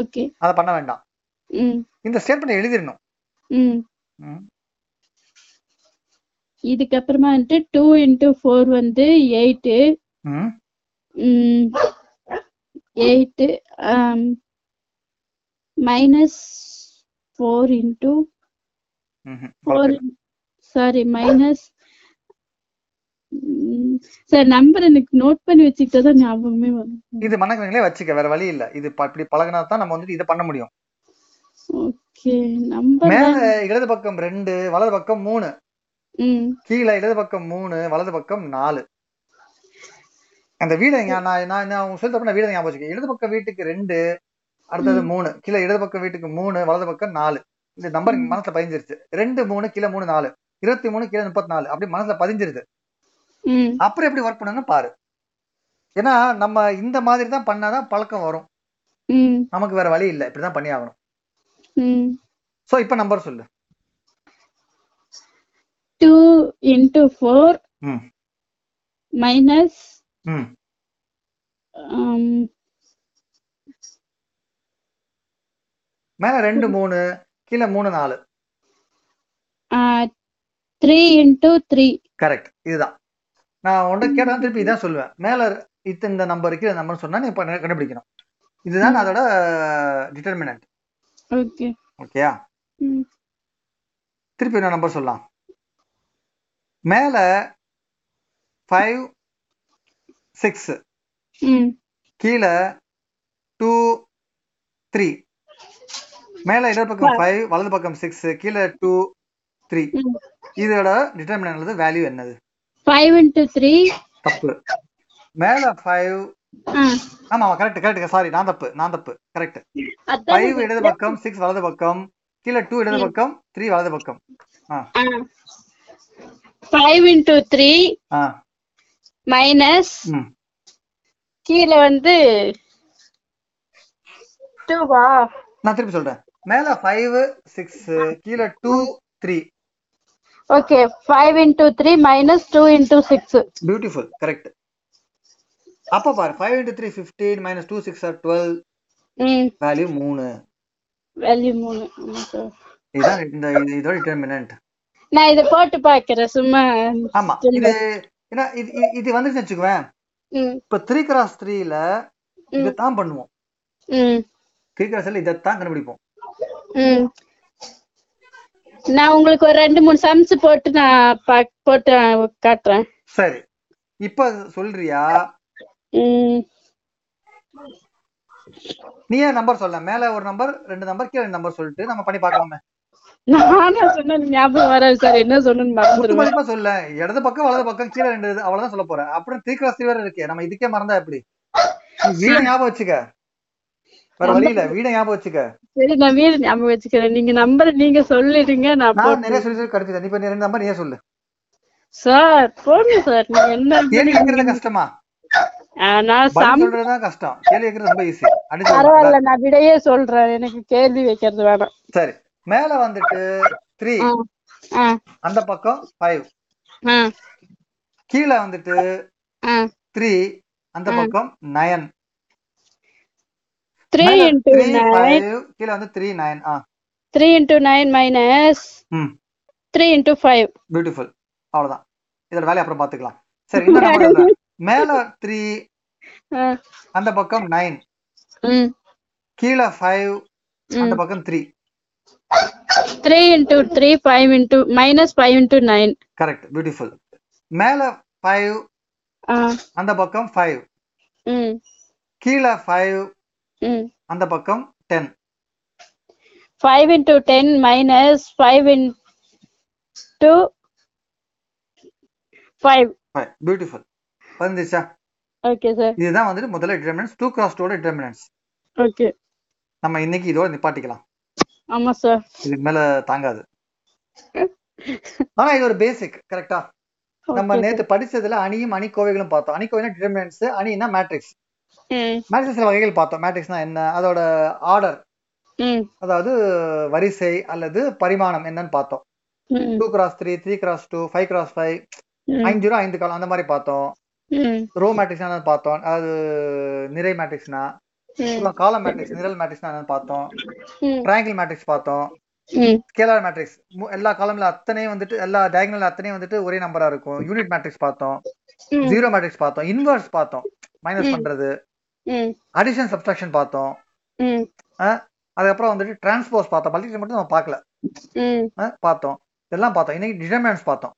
ஓகே
அதை பண்ண வேண்டாம்
ம்
இந்த ஸ்டேட்மெண்ட் எழுதிடணும்
ம்
ம்.
இதுக்கப்புறமா வந்துட்டு டூ இன்ட்டு ஃபோர் வந்து எயிட்டு
ம்
ம் எயிட்டு மைனஸ் ஃபோர் இன்ட்டு
ம்ஹும்.
ஃபோர்
குழப்பம்
சாரி மைனஸ் சார் நம்பர் எனக்கு நோட் பண்ணி வச்சுக்கிட்டா தான் ஞாபகமே வரும்
இல்ல. இது மனக்கணங்களே வச்சுக்க வேற வழி இல்ல இது ப- இப்படி பழகினா தான் நம்ம வந்துட்டு இதை பண்ண முடியும்
ஓகே நம்பர்
மேல இடது பக்கம் ரெண்டு வலது பக்கம் மூணு
ம்
கீழே இடது பக்கம் மூணு வலது பக்கம் நாலு அந்த வீடு எங்க- நான் நான் நான் உங்களுக்கு சொல்லிட்டப்ப நான் வீடு ஞாபகம் வச்சுக்கேன் இடது பக்கம் வீட்டுக்கு ரெண்டு அடுத்தது மூணு கீழே இடது பக்கம் வீட்டுக்கு மூணு வலது பக்கம் நாலு இந்த நம்பர்
ம்.
மனசுல பதிஞ்சிருச்சு ரெண்டு மூணு கீழே மூணு நாலு இருபத்தி மூணு கீழே முப்பத்தி நாலு அப்படி மனசுல பதிஞ்சிருது
ம்
அப்புறம் எப்படி ஒர்க் பண்ணணும்னு பாரு ஏன்னா நம்ம இந்த மாதிரி தான் பண்ணாதான் பழக்கம் வரும்
ம்
நமக்கு வேற வழி இல்லை இப்படிதான் பண்ணி ஆகணும்
ம்
சோ இப்ப நம்பர் சொல்லு
டூ இன்ட்டு ஃபோர்
ம்
மைனஸ்
ம் மேல ரெண்டு மூணு கீழே மூணு நாலு
த்ரீ இன்ட்டு த்ரீ
கரெக்ட் இதுதான் நான் உன்கிட்ட கேட்டா திருப்பி இதான் சொல்லுவேன் மேல இத்த இந்த நம்பர் கீழே நம்பர் சொன்னா நீ பண்ண- கண்டுபிடிக்கணும் இதுதான் அதோட டிட்டர்மினன்ட்
ஓகே
ஓகேயா
ம்
திருப்பி என்ன நம்பர் சொல்லலாம் மேல ஃபைவ் சிக்ஸ்
ம்
கீழே டூ த்ரீ மேல இடது பக்கம் ஃபைவ் வலது பக்கம் சிக்ஸ் கீழே டூ த்ரீ இதோட டிட்டர்மினன்ட் வேல்யூ என்னது
ஃபைவ் இன்ட்டு த்ரீ
தப்பு மேல ஃபைவ்
ம்.
ஆமா கரெக்ட் கரெக்ட் சாரி நான் தப்பு நான் தப்பு கரெக்ட்
அதான்
ஃபைவ் இடது பக்கம் சிக்ஸ் வலது பக்கம் கீழே டூ இடது பக்கம் த்ரீ வலது பக்கம்
ஃபைவ் இன்டூ த்ரீ
ஆ
மைனஸ்
ம்
கீழே வந்து டூவா
நான் திருப்பி சொல்றேன் மேல ஃபைவ் சிக்ஸ் கீழே two three
okay five into three minus two into six
beautiful correct அப்ப பாரு five into three fifteen minus two six or twelve
ம்
வேல்யூ மூணு
வேல்யூ மூணு ஆமா sir.
இதுதான் இந்த இது- இதோட டிட்டர்மினன்ட்
நான் இதை போட்டு பார்க்கிறேன் சும்மா
ஆமா இது ஏன்னா இது இது- இது வந்துச்சுன்னு வச்சுக்குவேன்
ம்
இப்ப த்ரீ கிராஸ் த்ரீல இதைத்தான் பண்ணுவோம்
ம்
த்ரீ கிராஸ்ல இதைத்தான் கண்டுபிடிப்போம்
ம் நான் உங்களுக்கு ஒரு ரெண்டு மூணு சம்ஸ் போட்டு நான் பாக்- போட்டு நான் காட்டுறேன்
சரி இப்ப சொல்றியா
ம்
நீயே நம்பர் சொல்ல மேல ஒரு நம்பர் ரெண்டு நம்பர் கீழே ரெண்டு நம்பர் சொல்லிட்டு நம்ம பண்ணி பார்க்கலாமே
நானும் சொன்னது ஞாபகம் வராது சார் என்ன சொன்னேன்னு மறந்துடுவேன்
குத்துமதிப்பா சொல்ல இடது பக்கம் வலது பக்கம் கீழே ரெண்டு இது, அவ்வளவுதான் சொல்ல போறேன் அப்புறம் த்ரீ கிராஸ் த்ரீ வேற இருக்கே நம்ம இதுக்கே மறந்தா எப்படி நீ வீடை ஞாபகம் வச்சுக்க வேற வழி இல்ல வீடை ஞாபகம் வச்சுக்க
சரி நான் வீடு ஞாபகம் வச்சுக்கிறேன் நீங்க நம்பர் நீங்க சொல்லிடுங்க நான்
நான்
போட்டு
நிறைய சொல்லி சொல்லி கிடைச்சது நீ இப்ப நீ ரெண்டு நம்பர் நீயே சொல்லு
சார் போடுங்க சார் நீங்க என்ன
கேள்வி கேட்கறது கஷ்டமா
ஆ, நான்
பதில்
சம்
சொல்றதுதான் கஷ்டம் கேள்வி கேட்கறது ரொம்ப ஈஸி அடிச்சு
பரவாயில்ல நான் விடையே சொல்றேன் எனக்கு கேள்வி வைக்கிறது வேணாம்
சரி மேல வந்துட்டு த்ரீ
ஆ, ஆ,
அந்த பக்கம் ஃபைவ்
ஆ,
கீழே வந்துட்டு
ஆ.
த்ரீ அந்த
ம்.
பக்கம் nine
three into
three
nine
five கீழே வந்து த்ரீ நைன் ஆ
த்ரீ இன்டூ நைன் மைனஸ்
ம்
த்ரீ இன்டூ ஃபைவ்
பியூட்டிஃபுல் அவ்வளவுதான் இதோட வேலையை அப்புறம் பாத்துக்கலாம் சரி இந்த நம்பர் எழுதுறேன். மேல த்ரீ அந்த பக்கம் நைன்
ம்
கீழே ஃபைவ் அந்த
ம்
பக்கம் three
three into three five into minus five into nine
correct beautiful மேல ஃபைவ் அந்த பக்கம் ஃபைவ்
ம்
கீழே ஃபைவ்
ம்
அந்த பக்கம் ten
five into ten minus five into five
five beautiful வந்துச்சா
ஓகே சார்
இதுதான் வந்துட்டு முதல்ல determinants two cross டூட determinants
okay
நம்ம இன்னைக்கு இதோட நிப்பாட்டிக்கலாம்
ஆமா சார்
இதுக்கு மேல தாங்காது ஆனா இது ஒரு பேசிக் கரெக்டா நம்ம நேத்து படிச்சதுல அணியும் அணிக்கோவைகளும் பார்த்தோம் அணிக்கோவைனா டிட்டர்மினன்ஸ் அணினா மேட்ரிக்ஸ்
ம்
மேட்ரிக்ஸ்ல வகைகள் பார்த்தோம் மேட்ரிக்ஸ்னா என்ன அதோட ஆர்டர்
ம்
அதாவது வரிசை அல்லது பரிமாணம் என்னன்னு பார்த்தோம்
ம்
two cross three three cross two five cross five
ம்
ஐந்து ரூபா ஐந்து காலம் அந்த மாதிரி பார்த்தோம்
ம்
ரோ மேட்ரிக்ஸ்னா என்னன்னு பார்த்தோம் அதாவது நிறை மேட்ரிக்ஸ்னா
ம்
காலம் மேட்ரிக்ஸ் நிரல் மேட்ரிக்ஸ்னா என்னன்னு பார்த்தோம்
ம்
ட்ரையாங்கிள் மேட்ரிக்ஸ் பார்த்தோம்
ம்
ஸ்கேலார் மேட்ரிக்ஸ் எல்லா காலம்ல அத்தனையும் வந்துட்டு எல்லா டயகனல் அத்தனையும் வந்துட்டு ஒரே நம்பரா இருக்கும் யூனிட் மேட்ரிக்ஸ் பார்த்தோம்
ம்.
ஜீரோ மேட்ரிக்ஸ் பார்த்தோம் இன்வர்ஸ் பார்த்தோம் மைனஸ்
ம்.
பண்றது
ம்
அடிஷன் சப்ஸ்ட்ராக்ஷன் பார்த்தோம்
ம்
அதுக்கப்புறம் வந்துட்டு டிரான்ஸ்போஸ் பார்த்தோம் மல்டிபிள் மட்டும் நம்ம பார்க்கல
ம்
அஹ், பார்த்தோம் இதெல்லாம் பார்த்தோம் இன்னைக்கு டிட்டர்மினன்ஸ் பார்த்தோம்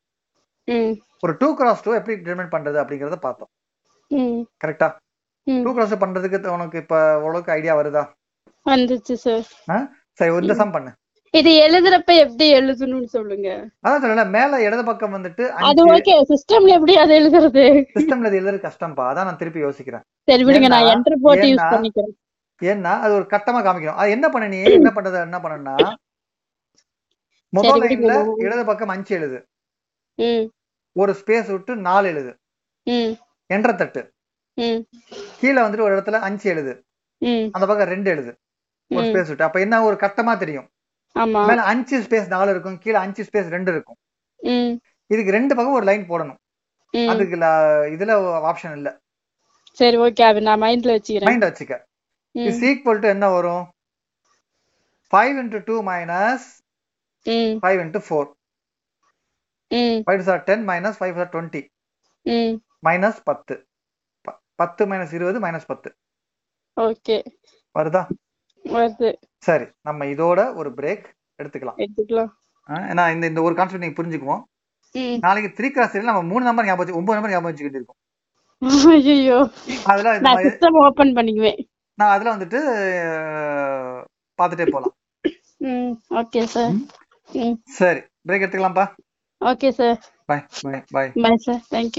ம்
ஒரு டூ கிராஸ் டூ எப்படி டிட்டர்மின் பண்றது அப்படிங்கறத பார்த்தோம்
ம்
கரெக்டா
ம்.
டூ கிராஸ் பண்றதுக்கு உனக்கு இப்ப ஓரளவுக்கு ஐடியா வருதா
வந்துச்சு சார்
அஹ்? சரி இந்த சம் பண்ணு
இது எழுதுறப்ப எப்படி எழுதணும்னு சொல்லுங்க
அதான் சொல்லல மேல இடது பக்கம் வந்துட்டு
அது ஓகே சிஸ்டம்ல எப்படி அது எழுதுறது
சிஸ்டம்ல இது எழுதுறது கஷ்டம்ப்பா அதான் நான் திருப்பி யோசிக்கிறேன்
சரி விடுங்க நான்
ஏன்னா-
என்டர் போட்டு
ஏன்னா-
யூஸ் பண்ணிக்கிறேன்
ஏன்னா அது ஒரு கட்டமா காமிக்கணும் அது என்ன பண்ண நீ என்ன பண்றது என்ன பண்ணனா முதல்
சரி,
லைன்ல
விடுங்க.
இடது பக்கம் அஞ்சு எழுது
ம்
ஒரு ஸ்பேஸ் விட்டு நாலு எழுது
ம்
என்ற தட்டு
ம்
கீழே வந்துட்டு ஒரு இடத்துல அஞ்சு எழுது
ம்
அந்த பக்கம் ரெண்டு எழுது ஒரு
ம்
ஸ்பேஸ் விட்டு அப்ப என்ன ஒரு கட்டமா தெரியும்
ஆமா
மேல அஞ்சு ஸ்பேஸ் நாலு இருக்கும் கீழே அஞ்சு ஸ்பேஸ் ரெண்டு இருக்கும்
ம்
இதுக்கு ரெண்டு பக்கம் ஒரு லைன் போடணும்
ம்
அதுக்கு ல- இதுல ஆப்ஷன் இல்ல
சரி ஓகே அது நான் மைண்ட்ல வச்சுக்கிறேன்
மைண்ட் வச்சுக்க
ம்,
இஸ் ஈக்குவல் டு என்ன வரும் ஃபைவ் இன்டூ டூ மைனஸ்
ம்
ஃபைவ் இன்டூ ஃபோர்
ம்
five sir ten minus five sir twenty
ம்
மைனஸ் பத்து ப- பத்து மைனஸ் இருபது மைனஸ் பத்து
ஓகே
வருதா
வருது
சரி நம்ம இதோட ஒரு பிரேக் எடுத்துக்கலாம்
எடுத்துக்கலாம்
ஆ, ஏன்னா இந்த இந்த ஒரு கான்செப்ட் நீங்க புரிஞ்சுக்குவோம்
ம்
நாளைக்கு த்ரீ கிராஸ் நம்ம மூணு நம்பர் ஞாபகம் வச்சு ஒன்பது நம்பர் ஞாபகம் வச்சுக்கிட்டு இருக்கும்
ஐயோ
அதுல இந்த
நான்
மாதிரி-
சிஸ்டம் ஓபன் பண்ணிக்குவேன்
நான் அதுல வந்துட்டு அஹ், பார்த்துட்டே போலாம்
ம் ஓகே சார் ம்
சரி பிரேக் எடுத்துக்கலாம்ப்பா
okay sir
bye bye bye
bye sir thank you